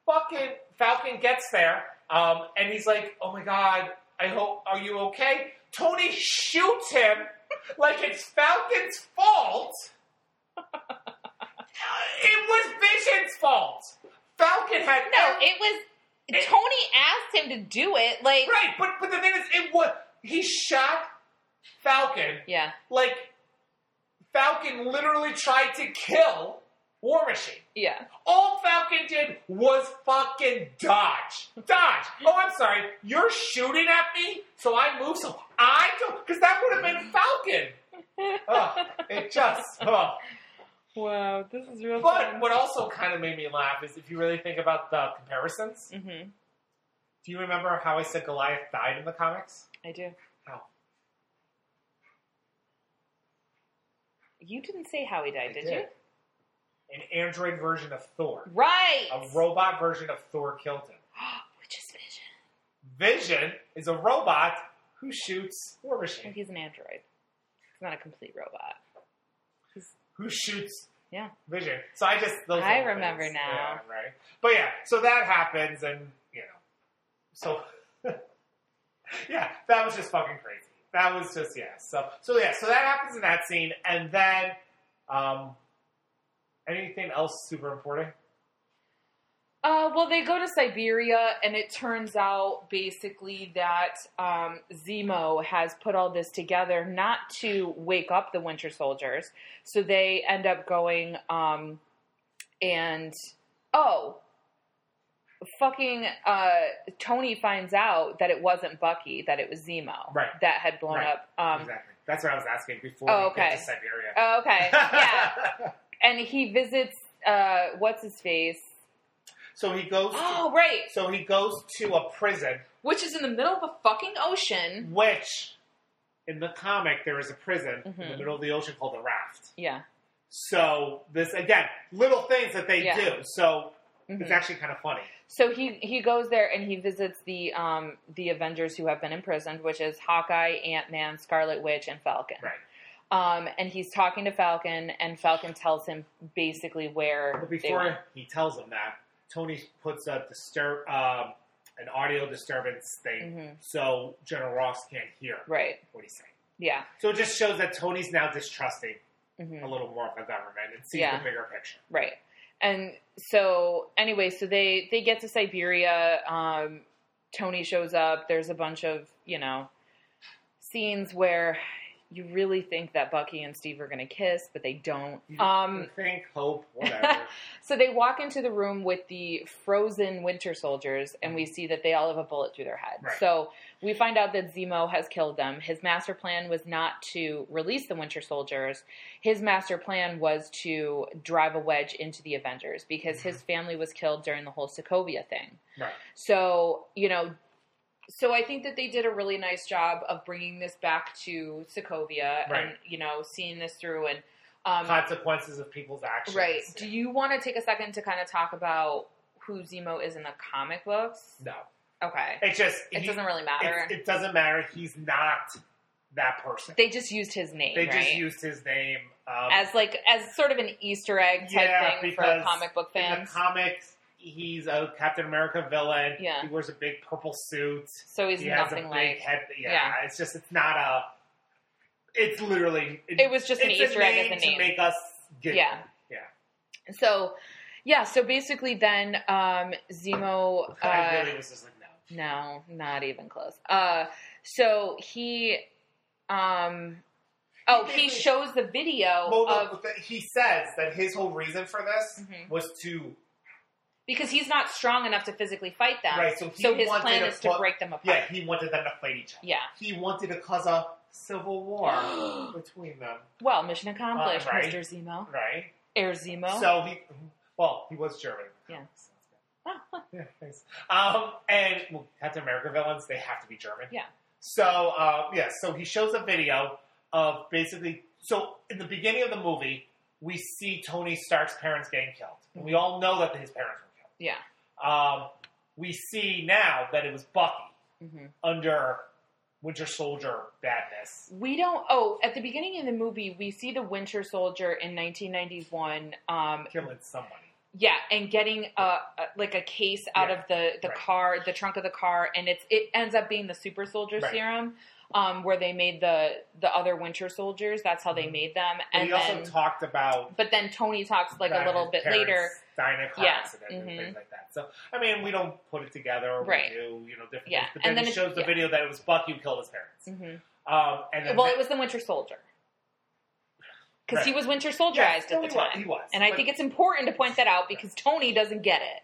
S1: Fucking Falcon gets there um, and he's like, "Oh my god, I hope are you okay?" Tony shoots him like it's Falcon's fault. it was Vision's fault. Falcon had
S2: No, it was
S1: It-
S2: Tony asked him to do it. Like
S1: right, but but the thing is, it was he shot Falcon
S2: Yeah.
S1: like Falcon literally tried to kill War Machine.
S2: Yeah.
S1: All Falcon did was fucking dodge. Dodge. Oh, I'm sorry. You're shooting at me, so I move so I don't. Because that would have been Falcon. Ugh, it just. ugh.
S5: Wow, this is real
S1: But what also kind of made me laugh is if you really think about the comparisons,
S2: Mm-hmm.
S1: do you remember how I said Goliath died in the comics?
S2: I do.
S1: How?
S2: You didn't say how he died,
S1: I
S2: did,
S1: did.
S2: you?
S1: An android version of Thor.
S2: Right.
S1: A robot version of Thor killed him.
S2: Which is Vision.
S1: Vision is a robot who shoots War
S2: Well,
S1: Machine.
S2: he's an android. He's not a complete robot.
S1: Who shoots
S2: Yeah.
S1: Vision. So I just those
S2: I
S1: little
S2: remember
S1: things.
S2: now.
S1: Yeah, right. But yeah, so that happens and you know. So Yeah, that was just fucking crazy. That was just yeah. So so yeah, so that happens in that scene and then um anything else super important?
S5: Uh, well, they go to Siberia, and it turns out basically that um, Zemo has put all this together not to wake up the Winter Soldiers. So they end up going um, and oh, fucking uh, Tony finds out that it wasn't Bucky, that it was Zemo
S1: Right.
S5: that had blown
S1: Right.
S5: up. Um,
S1: exactly. That's what I was asking before
S5: Oh,
S1: we get
S5: okay.
S1: to Siberia.
S5: oh, okay, yeah, and he visits uh, what's his face?
S1: so he goes to,
S5: Oh, right.
S1: so he goes to a prison
S2: Which is in the middle of a fucking
S5: Mm-hmm.
S2: ocean.
S1: Which, in the comic, there is a prison in the
S5: Mhm.
S1: middle of the ocean called the Raft.
S5: Yeah.
S1: So this again, little things that they
S5: Yeah.
S1: do. So
S5: Mhm.
S1: it's actually kind of funny.
S5: So he he goes there and he visits the um the Avengers who have been imprisoned, which is Hawkeye, Ant Man, Scarlet Witch, and Falcon.
S1: Right.
S5: Um, and he's talking to Falcon, and Falcon tells him basically where.
S1: But
S5: they
S1: before
S5: went.
S1: he tells them that, Tony puts a disturb um, an audio disturbance thing,
S5: Mhm.
S1: so General Ross can't hear
S5: right.
S1: what he's saying.
S2: Yeah.
S1: So it just shows that Tony's now distrusting
S5: Mm-hmm.
S2: hmm
S1: a little more of the government and sees
S2: Yeah.
S1: the bigger picture.
S2: Right. And so anyway, so they they get to Siberia. Um, Tony shows up. There's a bunch of you know scenes where you really think that Bucky and Steve are gonna kiss, but they don't. Um,
S1: Think, hope, whatever.
S2: so they walk into the room with the frozen Winter Soldiers, and we see that they all have a bullet through their head.
S1: Right.
S2: So we find out that Zemo has killed them. His master plan was not to release the Winter Soldiers. His master plan was to drive a wedge into the Avengers because his family was killed during the whole Sokovia thing.
S1: right.
S2: So you know,
S6: So I think that they did a really nice job of bringing this back to Sokovia and
S1: Right.
S6: you know seeing this through and um,
S1: Consequences of people's actions.
S6: right. Do you want to take a second to kind of talk about who Zemo is in the comic books?
S1: No.
S6: Okay,
S1: It just
S6: it
S1: he-
S6: doesn't really matter.
S1: it's- it doesn't matter. He's not that person.
S2: they just used his name,
S1: They
S2: right?
S1: just used his name um,
S6: as like as sort of an Easter egg type
S1: Yeah,
S6: thing for
S1: because
S6: comic book
S1: in the
S6: fans.
S1: comics. He's a Captain America villain.
S2: Yeah.
S1: He wears a big purple suit.
S2: so he's
S1: he has a
S2: nothing
S1: big
S2: like.
S1: head. Yeah,
S2: yeah.
S1: It's just it's not a. It's literally
S2: It was just an
S1: it's
S2: Easter
S1: a
S2: egg as a
S1: to
S2: name.
S1: make us giggle.
S2: Yeah. So, yeah. So basically, then um, Zemo. Uh,
S1: I really was just like no.
S2: No, not even close. Uh, so he, um, oh, he shows the video
S1: Well,
S2: of mm-hmm,
S1: look, th- he says that his whole reason for this
S6: Mhm.
S1: was to
S6: because he's not strong enough to physically fight them.
S1: right. So he
S6: so his
S1: wanted
S6: plan
S1: to
S6: is to
S1: put-
S6: break them apart.
S1: Yeah, he wanted them to fight each other.
S6: Yeah.
S1: He wanted to cause a civil war between them,
S2: well, mission accomplished,
S1: Uh, right.
S2: Mr. Zemo,
S1: right?
S2: Air Zemo.
S1: So he, well, he was German.
S2: Yeah.
S1: yeah, thanks. Um, and well, Captain America villains, they have to be German.
S2: Yeah.
S1: So, uh, yeah, so he shows a video of basically. So, in the beginning of the movie, we see Tony Stark's parents getting killed. And we all know that his parents were killed.
S2: yeah.
S1: Um, we see now that it was Bucky
S2: Mhm.
S1: under Winter Soldier badness.
S2: We don't. Oh, at the beginning of the movie, we see the Winter Soldier in 1991. Um,
S1: Killing somebody.
S2: yeah, and getting a, a- like a case out
S1: Yeah,
S2: of the the
S1: right.
S2: car, the trunk of the car, and it's it ends up being the Super Soldier
S1: Right.
S2: serum. Um, where they made the the other Winter Soldiers. That's how they
S1: Mhm.
S2: made them.
S1: And
S2: And
S1: he
S2: then,
S1: also talked about
S2: but then Tony talks like a
S1: Diana's
S2: little bit
S1: parents
S2: later.
S1: dying in a car
S2: Yeah,
S1: accident
S2: mhm.
S1: and things like that. So I mean, we don't put it together.
S2: Right.
S1: We do you know different
S2: Yeah,
S1: things, but
S2: and
S1: then,
S2: then
S1: it
S2: it's-
S1: shows the
S2: yeah.
S1: video that it was Bucky who killed his parents.
S2: Mhm.
S1: Um, and then
S2: Well, it was the Winter Soldier because he
S1: Right.
S2: was Winter Soldierized
S1: Yes,
S2: at
S1: no,
S2: the
S1: he was,
S2: time,
S1: he was.
S2: and I
S1: But-
S2: think it's important to point that out because Tony doesn't get it.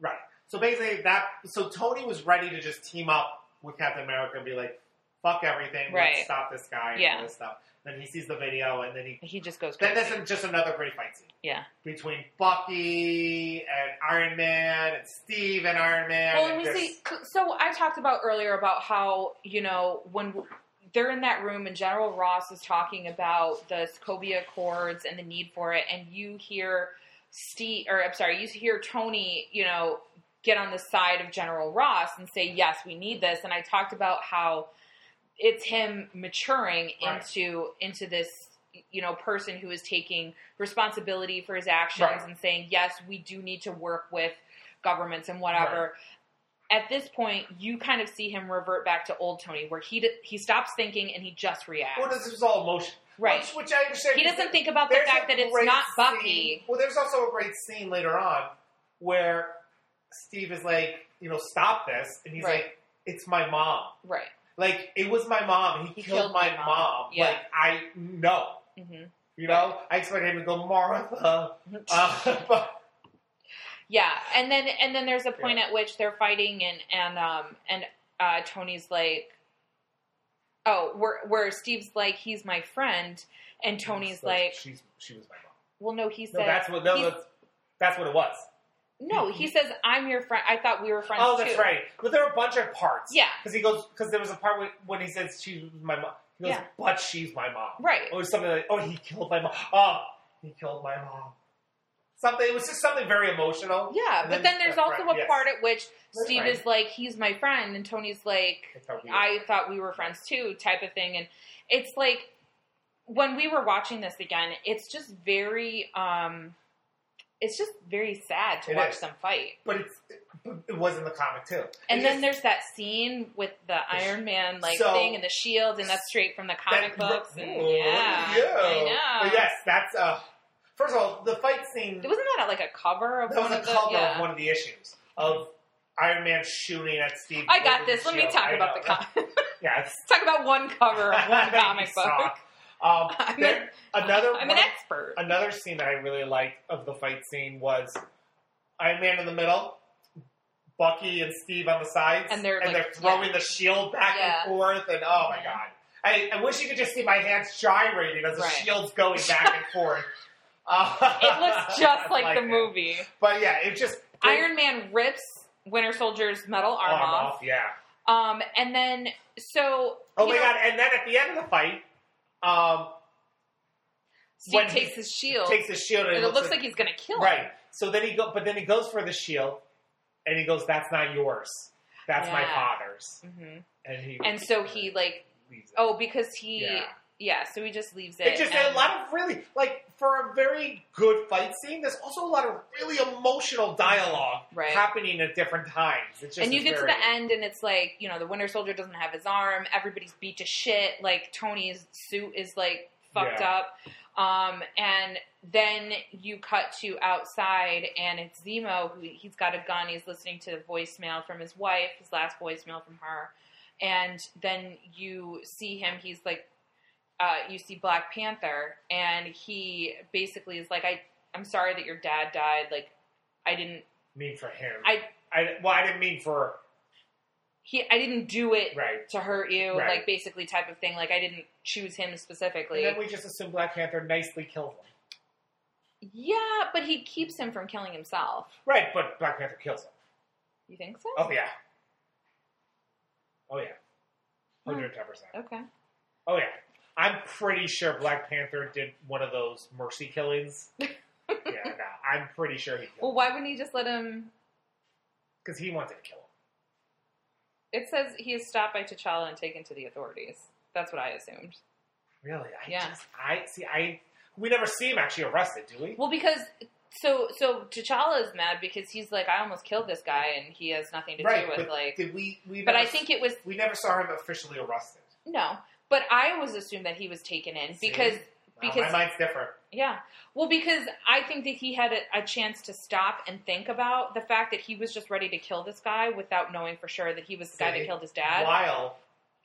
S1: right. So basically, that so Tony was ready to just team up with Captain America and be like, "Fuck everything,
S2: Right.
S1: let's stop this guy." And
S2: Yeah.
S1: all this stuff. Then he sees the video, and then he
S2: He just goes
S1: then
S2: crazy.
S1: this is just another great fight scene.
S2: Yeah.
S1: Between Bucky and Iron Man and Steve and Iron Man.
S2: Well, and we
S1: this-
S2: see. So I talked about earlier about how you know when they're in that room and General Ross is talking about the Sokovia Accords and the need for it, and you hear Steve, or I'm sorry, you hear Tony, you know, get on the side of General Ross and say, "Yes, we need this." And I talked about how it's him maturing
S1: Right.
S2: into into this you know person who is taking responsibility for his actions
S1: Right.
S2: and saying yes we do need to work with governments and whatever at this point you kind of see him revert back to old tony where he d- he stops thinking and he just reacts
S1: Well, this was all emotion.
S2: right
S1: Which, which I understand.
S2: he
S1: because
S2: doesn't think about the
S1: there's
S2: fact
S1: a
S2: that it's
S1: great
S2: not bucky
S1: scene- Well, there's also a great scene later on where Steve is like, you know, stop this, and he's
S2: Right.
S1: like, it's my mom.
S2: right
S1: Like it was my mom. He,
S2: He
S1: killed,
S2: killed
S1: my
S2: my
S1: mom.
S2: mom. Yeah.
S1: Like I know.
S2: hmm
S1: You know, I expected him to go Martha, uh, but
S2: yeah and then and then there's a point
S1: Yeah.
S2: at which they're fighting and and um and uh tony's like oh where where steve's like he's my friend and tony's
S1: So
S2: like
S1: she's she was my mom.
S2: well no he says
S1: No, that's what no,
S2: he's-
S1: that's, that's what it was.
S2: no he says i'm your friend i thought we were friends
S1: Oh, that's
S2: too."
S1: right. But there were a bunch of parts.
S2: yeah
S1: because he goes because there was a part when, when he says she was my mom. He goes,
S2: Yeah.
S1: but she's my mom.
S2: right
S1: Or something like, oh, he killed my mom. Oh, he killed my mom. Something. It was just something very emotional.
S2: Yeah,
S1: And then
S2: but then
S1: the
S2: there's also
S1: friend-
S2: a
S1: yes.
S2: part at which
S1: That's
S2: Steve
S1: right.
S2: is like, he's my friend, and Tony's like,
S1: It's how we-
S2: I thought we were friends too, type of thing. And it's like, when we were watching this again, it's just very, um, it's just very sad to
S1: It
S2: watch
S1: is.
S2: them fight.
S1: but it's It was in the comic too.
S2: And
S1: It
S2: then
S1: just-
S2: there's that scene with the Iron Man like
S1: So-
S2: thing and the shield, and that's straight from the comic
S1: that-
S2: books. And
S1: Ooh,
S2: yeah,
S1: ew.
S2: I know.
S1: But yes, that's uh. First of all, the fight scene.
S2: It wasn't that like a cover of
S1: That was
S2: one
S1: a
S2: of the.
S1: cover
S2: yeah.
S1: of one of the issues of Iron Man shooting at Steve.
S2: I got
S1: Rogers'
S2: this. Let me
S1: shield.
S2: talk
S1: I
S2: about
S1: know.
S2: the comic.
S1: Yeah, it's
S2: Let's talk about one cover of one
S1: That you
S2: comic book.
S1: suck. Um,
S2: I'm
S1: there- another
S2: I'm
S1: one-
S2: an expert.
S1: another scene that I really liked of the fight scene was Iron Man in the middle, Bucky and Steve on the sides,
S2: And they're like-
S1: throwing the shield back
S2: Yeah.
S1: and forth, and oh my
S2: Mhm.
S1: god. I, I wish you could just see my hands gyrating as the
S2: Right.
S1: shield's going back and forth. Uh,
S2: It looks just
S1: I
S2: like, the
S1: it.
S2: movie.
S1: But yeah, it just
S2: Iron Man rips Winter Soldier's metal arm,
S1: arm
S2: off.
S1: Yeah.
S2: Um, and then so
S1: Oh
S2: you
S1: my
S2: know,
S1: god! And then at the end of the fight, um,
S2: Steve
S1: when
S2: takes
S1: he
S2: his shield,
S1: takes his shield and,
S2: and it looks like he's gonna kill him.
S1: Right. So then he go, but then he goes for the shield, and he goes, "That's not yours. That's my
S2: Yeah.
S1: father's."
S2: hmm
S1: And he
S2: And so he like
S1: leaves it.
S2: oh because he yeah,
S1: yeah.
S2: so he just leaves it.
S1: It just
S2: and-
S1: a lot of really like for a very good fight scene. There's also a lot of really emotional dialogue
S2: Right.
S1: happening at different times. It's just
S2: and you
S1: is
S2: get
S1: very,
S2: to the end, and it's like you know the Winter Soldier doesn't have his arm. Everybody's beat to shit. Like Tony's suit is like fucked up. Um, and then you cut to outside, and it's Zemo. Who he's got a gun. He's listening to the voicemail from his wife. His last voicemail from her. And then you see him. He's like, uh, you see Black Panther, and he basically is like, I, I'm sorry that your dad died. Like, I didn't.
S1: mean for him.
S2: I-
S1: I well, I didn't mean for
S2: He, I didn't do it
S1: right.
S2: to hurt you,
S1: Right.
S2: like basically type of thing. Like I didn't choose him specifically.
S1: And then we just assume Black Panther nicely killed him.
S2: yeah, but he keeps him from killing himself.
S1: Right, but Black Panther kills him.
S2: You think so?
S1: Oh yeah. Oh yeah. Hundred ten percent.
S2: Okay.
S1: Oh yeah, I'm pretty sure Black Panther did one of those mercy killings. yeah, no, I'm pretty sure he
S2: Well,
S1: killed
S2: why wouldn't he just let him?
S1: because he wanted to kill him.
S2: It says he is stopped by T'Challa and taken to the authorities. That's what I assumed.
S1: Really? I
S2: Yeah.
S1: Just, I see. I we never see him actually arrested, do we?
S2: Well, because so so T'Challa is mad because he's like, I almost killed this guy, and he has nothing to
S1: right.
S2: do with
S1: but
S2: like.
S1: did we? we
S2: But
S1: never
S2: I
S1: s-
S2: think it was
S1: we never saw him officially arrested.
S2: no. But I always assumed that he was taken in
S1: See?
S2: because
S1: Wow,
S2: because
S1: my mind's different.
S2: Yeah. Well, because I think that he had a, a chance to stop and think about the fact that he was just ready to kill this guy without knowing for sure that he was the guy that
S1: See?
S2: killed his dad.
S1: While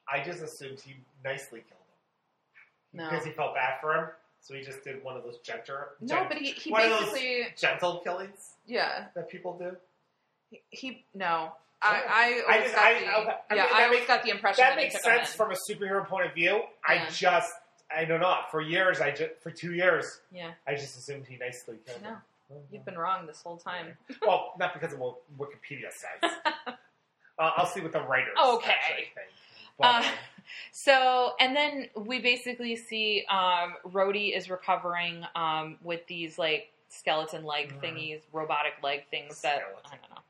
S1: I just assumed he nicely killed him
S5: No.
S1: because he felt bad for him, so he just did one of those genter,
S2: No,
S1: gen-
S2: but he, he
S1: One of those-
S2: basically.
S1: gentle killings
S5: Yeah.
S1: that people do.
S5: He, no.
S1: Oh. I- I just- I- I- I
S5: yeah,
S1: mean,
S5: I
S1: that
S5: always
S1: makes-
S5: got the impression that,
S1: that makes
S2: took him
S1: sense
S2: in.
S1: from a superhero point of view.
S2: Yeah.
S1: I just, I don't know. For years, I just, for two years,
S2: Yeah,
S1: I just assumed he nicely killed
S2: No.
S1: him.
S2: you've been wrong this whole time.
S1: well, not because of what Wikipedia says. uh, I'll see what the writers
S2: Okay.
S1: actually think.
S2: Uh,
S1: But,
S2: So, and then we basically see um, Rhodey is recovering um, with these like skeleton leg
S1: Mhm.
S2: thingies, robotic leg things that I
S1: Skeleton.
S2: don't know.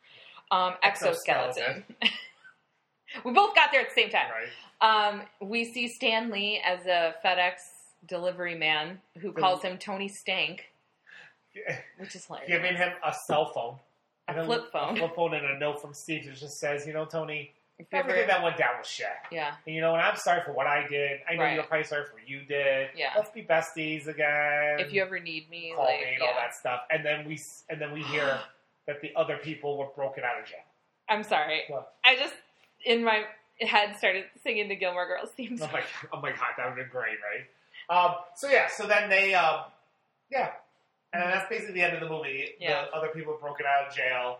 S2: Um, exoskeleton.
S1: Exoskeleton.
S2: we both got there at the same time.
S1: right.
S2: Um, we see Stan Lee as a FedEx delivery man who calls him Tony Stank, which is hilarious.
S1: Giving him a cell phone.
S2: A
S1: And
S2: flip phone.
S1: A flip phone and a note from Steve that just says, you know, Tony,
S2: If you ever-
S1: everything that went down was shit.
S2: yeah,
S1: And, you know, and I'm sorry for what I did. I know
S2: Right.
S1: you're probably sorry for what you did.
S2: Yeah.
S1: Let's be besties again.
S2: if you ever need me,
S1: call
S2: like,
S1: me and
S2: yeah.
S1: all that stuff. And then we s- and then we hear that the other people were broken out of jail.
S2: I'm sorry.
S1: What?
S2: I just in my head started singing the Gilmore Girls theme
S1: Oh
S2: song.
S1: my, oh my god, that would have been great, right? Um, so yeah, so then they, um, yeah, and then that's basically the end of the movie.
S2: Yeah.
S1: The other people were broken out of jail.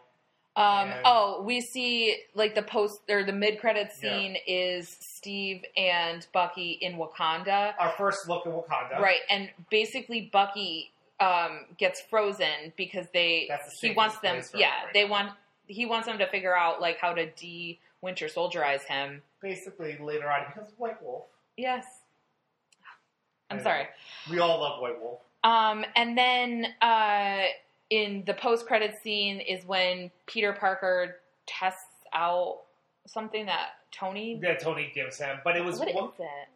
S2: Um,
S1: Yeah.
S2: oh, we see like the post or the mid credit
S1: Yeah.
S2: scene is Steve and Bucky in Wakanda.
S1: Our first look at Wakanda,
S2: Right, and basically Bucky um, gets frozen because they
S1: That's the
S2: he
S1: safest
S2: wants them.
S1: place for
S2: Yeah,
S1: him right
S2: they
S1: now.
S2: want he wants them to figure out like how to de Winter Soldierize him.
S1: Basically, later on, he becomes White Wolf.
S2: Yes, I'm
S1: I know.
S2: sorry.
S1: We all love White Wolf.
S2: Um, and then uh, in the post credit scene is when Peter Parker tests out something that Tony.
S1: That Tony gives him, but it was
S2: Mm-hmm. what is
S1: one-
S2: it?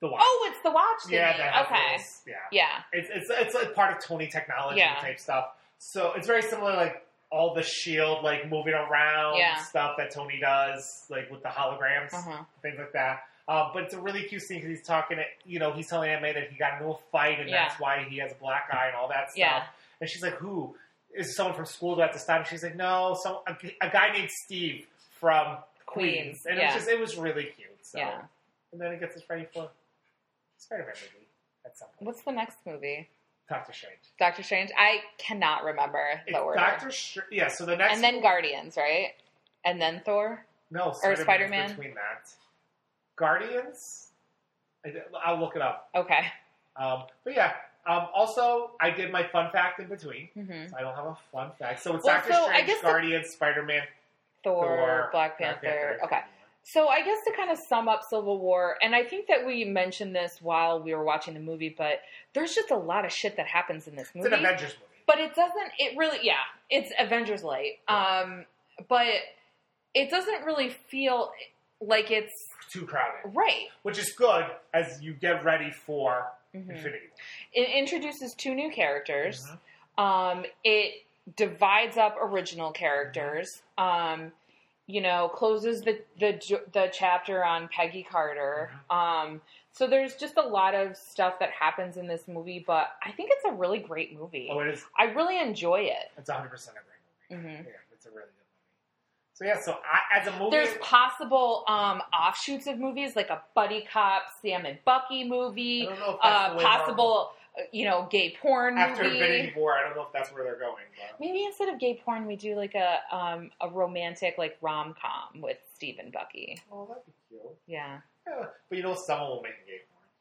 S1: the watch.
S2: Oh, it's the watch. Thingy.
S1: yeah, that has
S2: okay.
S1: those- yeah.
S2: Yeah.
S1: It's it's it's like part of Tony technology
S2: Yeah.
S1: type stuff. So it's very similar, like all the shield E like moving around
S2: Yeah.
S1: stuff that Tony does, like with the holograms,
S2: Uh-huh.
S1: things like that. Uh, but it's a really cute scene because he's talking. To, you know, he's telling Aunt May that he got into a fight and
S2: Yeah.
S1: that's why he has a black eye and all that stuff.
S2: Yeah.
S1: And she's like, "Who is someone from school at this time?" She's like, "No, some a, a guy named Steve from Queens."
S2: Queens,
S1: And
S2: yeah.
S1: it was just it was really cute. So.
S2: Yeah.
S1: And then it gets us ready for Spider-Man movie at some point.
S2: What's the next movie?
S1: Doctor Strange.
S2: Doctor Strange. I cannot remember the
S1: It's
S2: order.
S1: Doctor Strange. Yeah. So the next
S2: and then Guardians, right? And then Thor.
S1: No,
S5: or
S1: Spider-Man's
S5: Spider-Man?
S1: Between that, Guardians. I did- I'll look it up.
S2: Okay.
S1: Um, but yeah. Um, also, I did my fun fact in between.
S2: hmm
S1: So I don't have a fun fact. So it's
S2: Well,
S1: Doctor
S2: so I
S1: Strange,
S2: guess the-
S1: Guardians, Spider-Man,
S2: Thor,
S1: Thor,
S2: Black Panther. Okay. So I guess to kind of sum up Civil War, and I think that we mentioned this while we were watching the movie, but there's just a lot of shit that happens in this
S1: It's an
S2: movie.
S1: Avengers movie.
S2: but it doesn't it really yeah it's avengers light um but it doesn't really feel like it's
S1: Too crowded,
S2: right
S1: which is good as you get ready for
S2: Mhm.
S1: Infinity. War.
S2: it introduces two new characters
S1: Mhm.
S2: um it divides up original characters
S1: Mm-hmm.
S2: um you know closes the the j- the chapter on peggy carter
S1: Mm-hmm.
S2: um so there's just a lot of stuff that happens in this movie but i think it's a really great movie
S1: Oh, it is.
S2: i really enjoy it
S1: It's 100 percent a great movie.
S2: hmm
S1: Yeah, it's a really good movie. So yeah, so I, as a movie,
S2: There's possible um, offshoots of movies like a buddy cop, Sam and Bucky
S1: I
S2: movie,
S1: don't know if Oh, that's the
S2: uh,
S1: way Marvel-
S2: possible uh, you know gay porn
S1: after
S2: movie.
S1: Infinity War. I don't know if that's where they're going. But.
S2: Maybe instead of gay porn, we do like a um, a romantic like rom com with Steve and Bucky.
S1: Oh, that'd be cute.
S2: Yeah,
S1: Yeah, but you know, someone will make a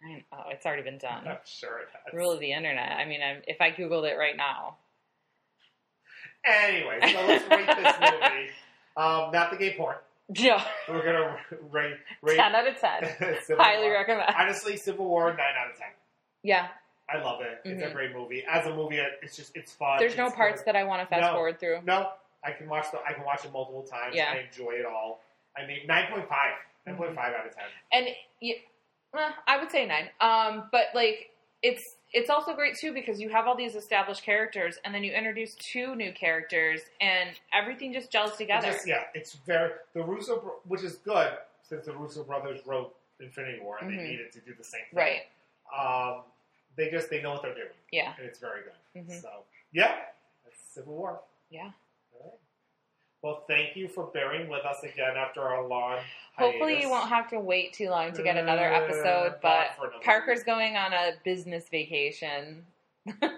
S1: game for
S2: I oh, it's already been
S1: it. I'm
S2: done.
S1: sure it has.
S2: Rule of the internet. I mean, i if I googled it right now,
S1: Anyway, so let's rate this movie. Um, not the gay porn.
S2: yeah,
S1: We're gonna rate rate
S2: ten out of ten.
S1: Civil
S2: Highly
S1: War.
S2: recommend.
S1: Honestly, Civil War nine out of ten.
S2: Yeah,
S1: I love it. It's a
S2: Mhm.
S1: great movie. As a movie, it's just it's fun.
S2: there's no
S1: It's
S2: parts
S1: good.
S2: that I want to fast
S1: No.
S2: forward through.
S1: No, I can watch the. I can watch it multiple times.
S2: Yeah.
S1: I enjoy it all. I mean, nine point five. Nine point five
S2: Mm-hmm.
S1: out of ten.
S2: and y- eh, I would say nine. Um, but like it's it's also great too because you have all these established characters, and then you introduce two new characters, and everything just gels
S1: It
S2: together.
S1: just, yeah, it's very the Russo, bro- which is good since the Russo brothers wrote Infinity War and
S2: Mhm.
S1: they needed to do the same thing.
S2: Right?
S1: Um, they just they know what they're doing,
S2: Yeah.
S1: and it's very good.
S2: Mhm.
S1: So, yeah, that's Civil War.
S2: Yeah.
S1: All right. Well, thank you for bearing with us again after our long.
S2: Hopefully, you
S1: hiatus.
S2: won't have to wait too long to get another
S1: Uh,
S2: episode.
S1: not
S2: But
S1: for another
S2: Parker's
S1: week.
S2: going on a business vacation. Um,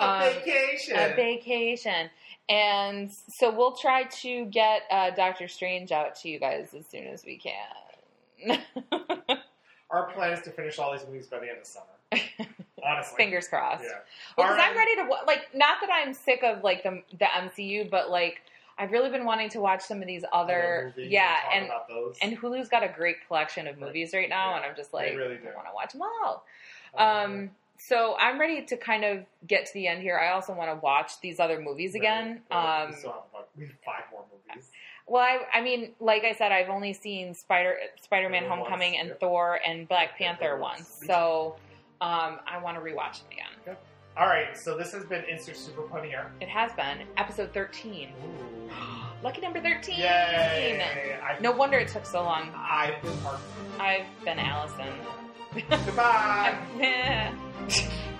S1: a vacation.
S2: a vacation. And so we'll try to get uh, Doctor Strange out to you guys as soon as we can.
S1: Our plan is to finish all these movies by the end of summer. Honestly,
S2: Fingers crossed.
S1: yeah.
S2: Because
S1: Alright.
S2: I'm ready to wa- like. Not that I'm sick of like the the MCU, but like I've really been wanting to watch some of these other,
S1: movies
S2: yeah,
S1: talk
S2: and
S1: about those.
S2: and Hulu's got a great collection of movies right now,
S1: Yeah,
S2: and I'm just
S1: they
S2: like
S1: really do.
S2: I want to watch them all.
S1: Uh,
S2: Um, so I'm ready to kind of get to the end here. I also want to watch these other movies again.
S1: Right, right.
S2: Um,
S1: we still have about we have five more movies.
S2: well, I, I mean, like I said, I've only seen Spider Spider Man
S1: Spider-Man once,
S2: Homecoming and
S1: yep.
S2: Thor and Black
S1: Black Panther
S2: Panther
S1: once.
S2: once, so um, I want to rewatch them again.
S1: All right, so this has been Insert Super Pun here.
S2: It has been episode 13.
S1: Ooh.
S2: Lucky number 13.
S1: Yay! I've,
S2: No wonder it took so long.
S1: I've been Parker.
S2: I've been Allison.
S1: Goodbye.
S2: I've-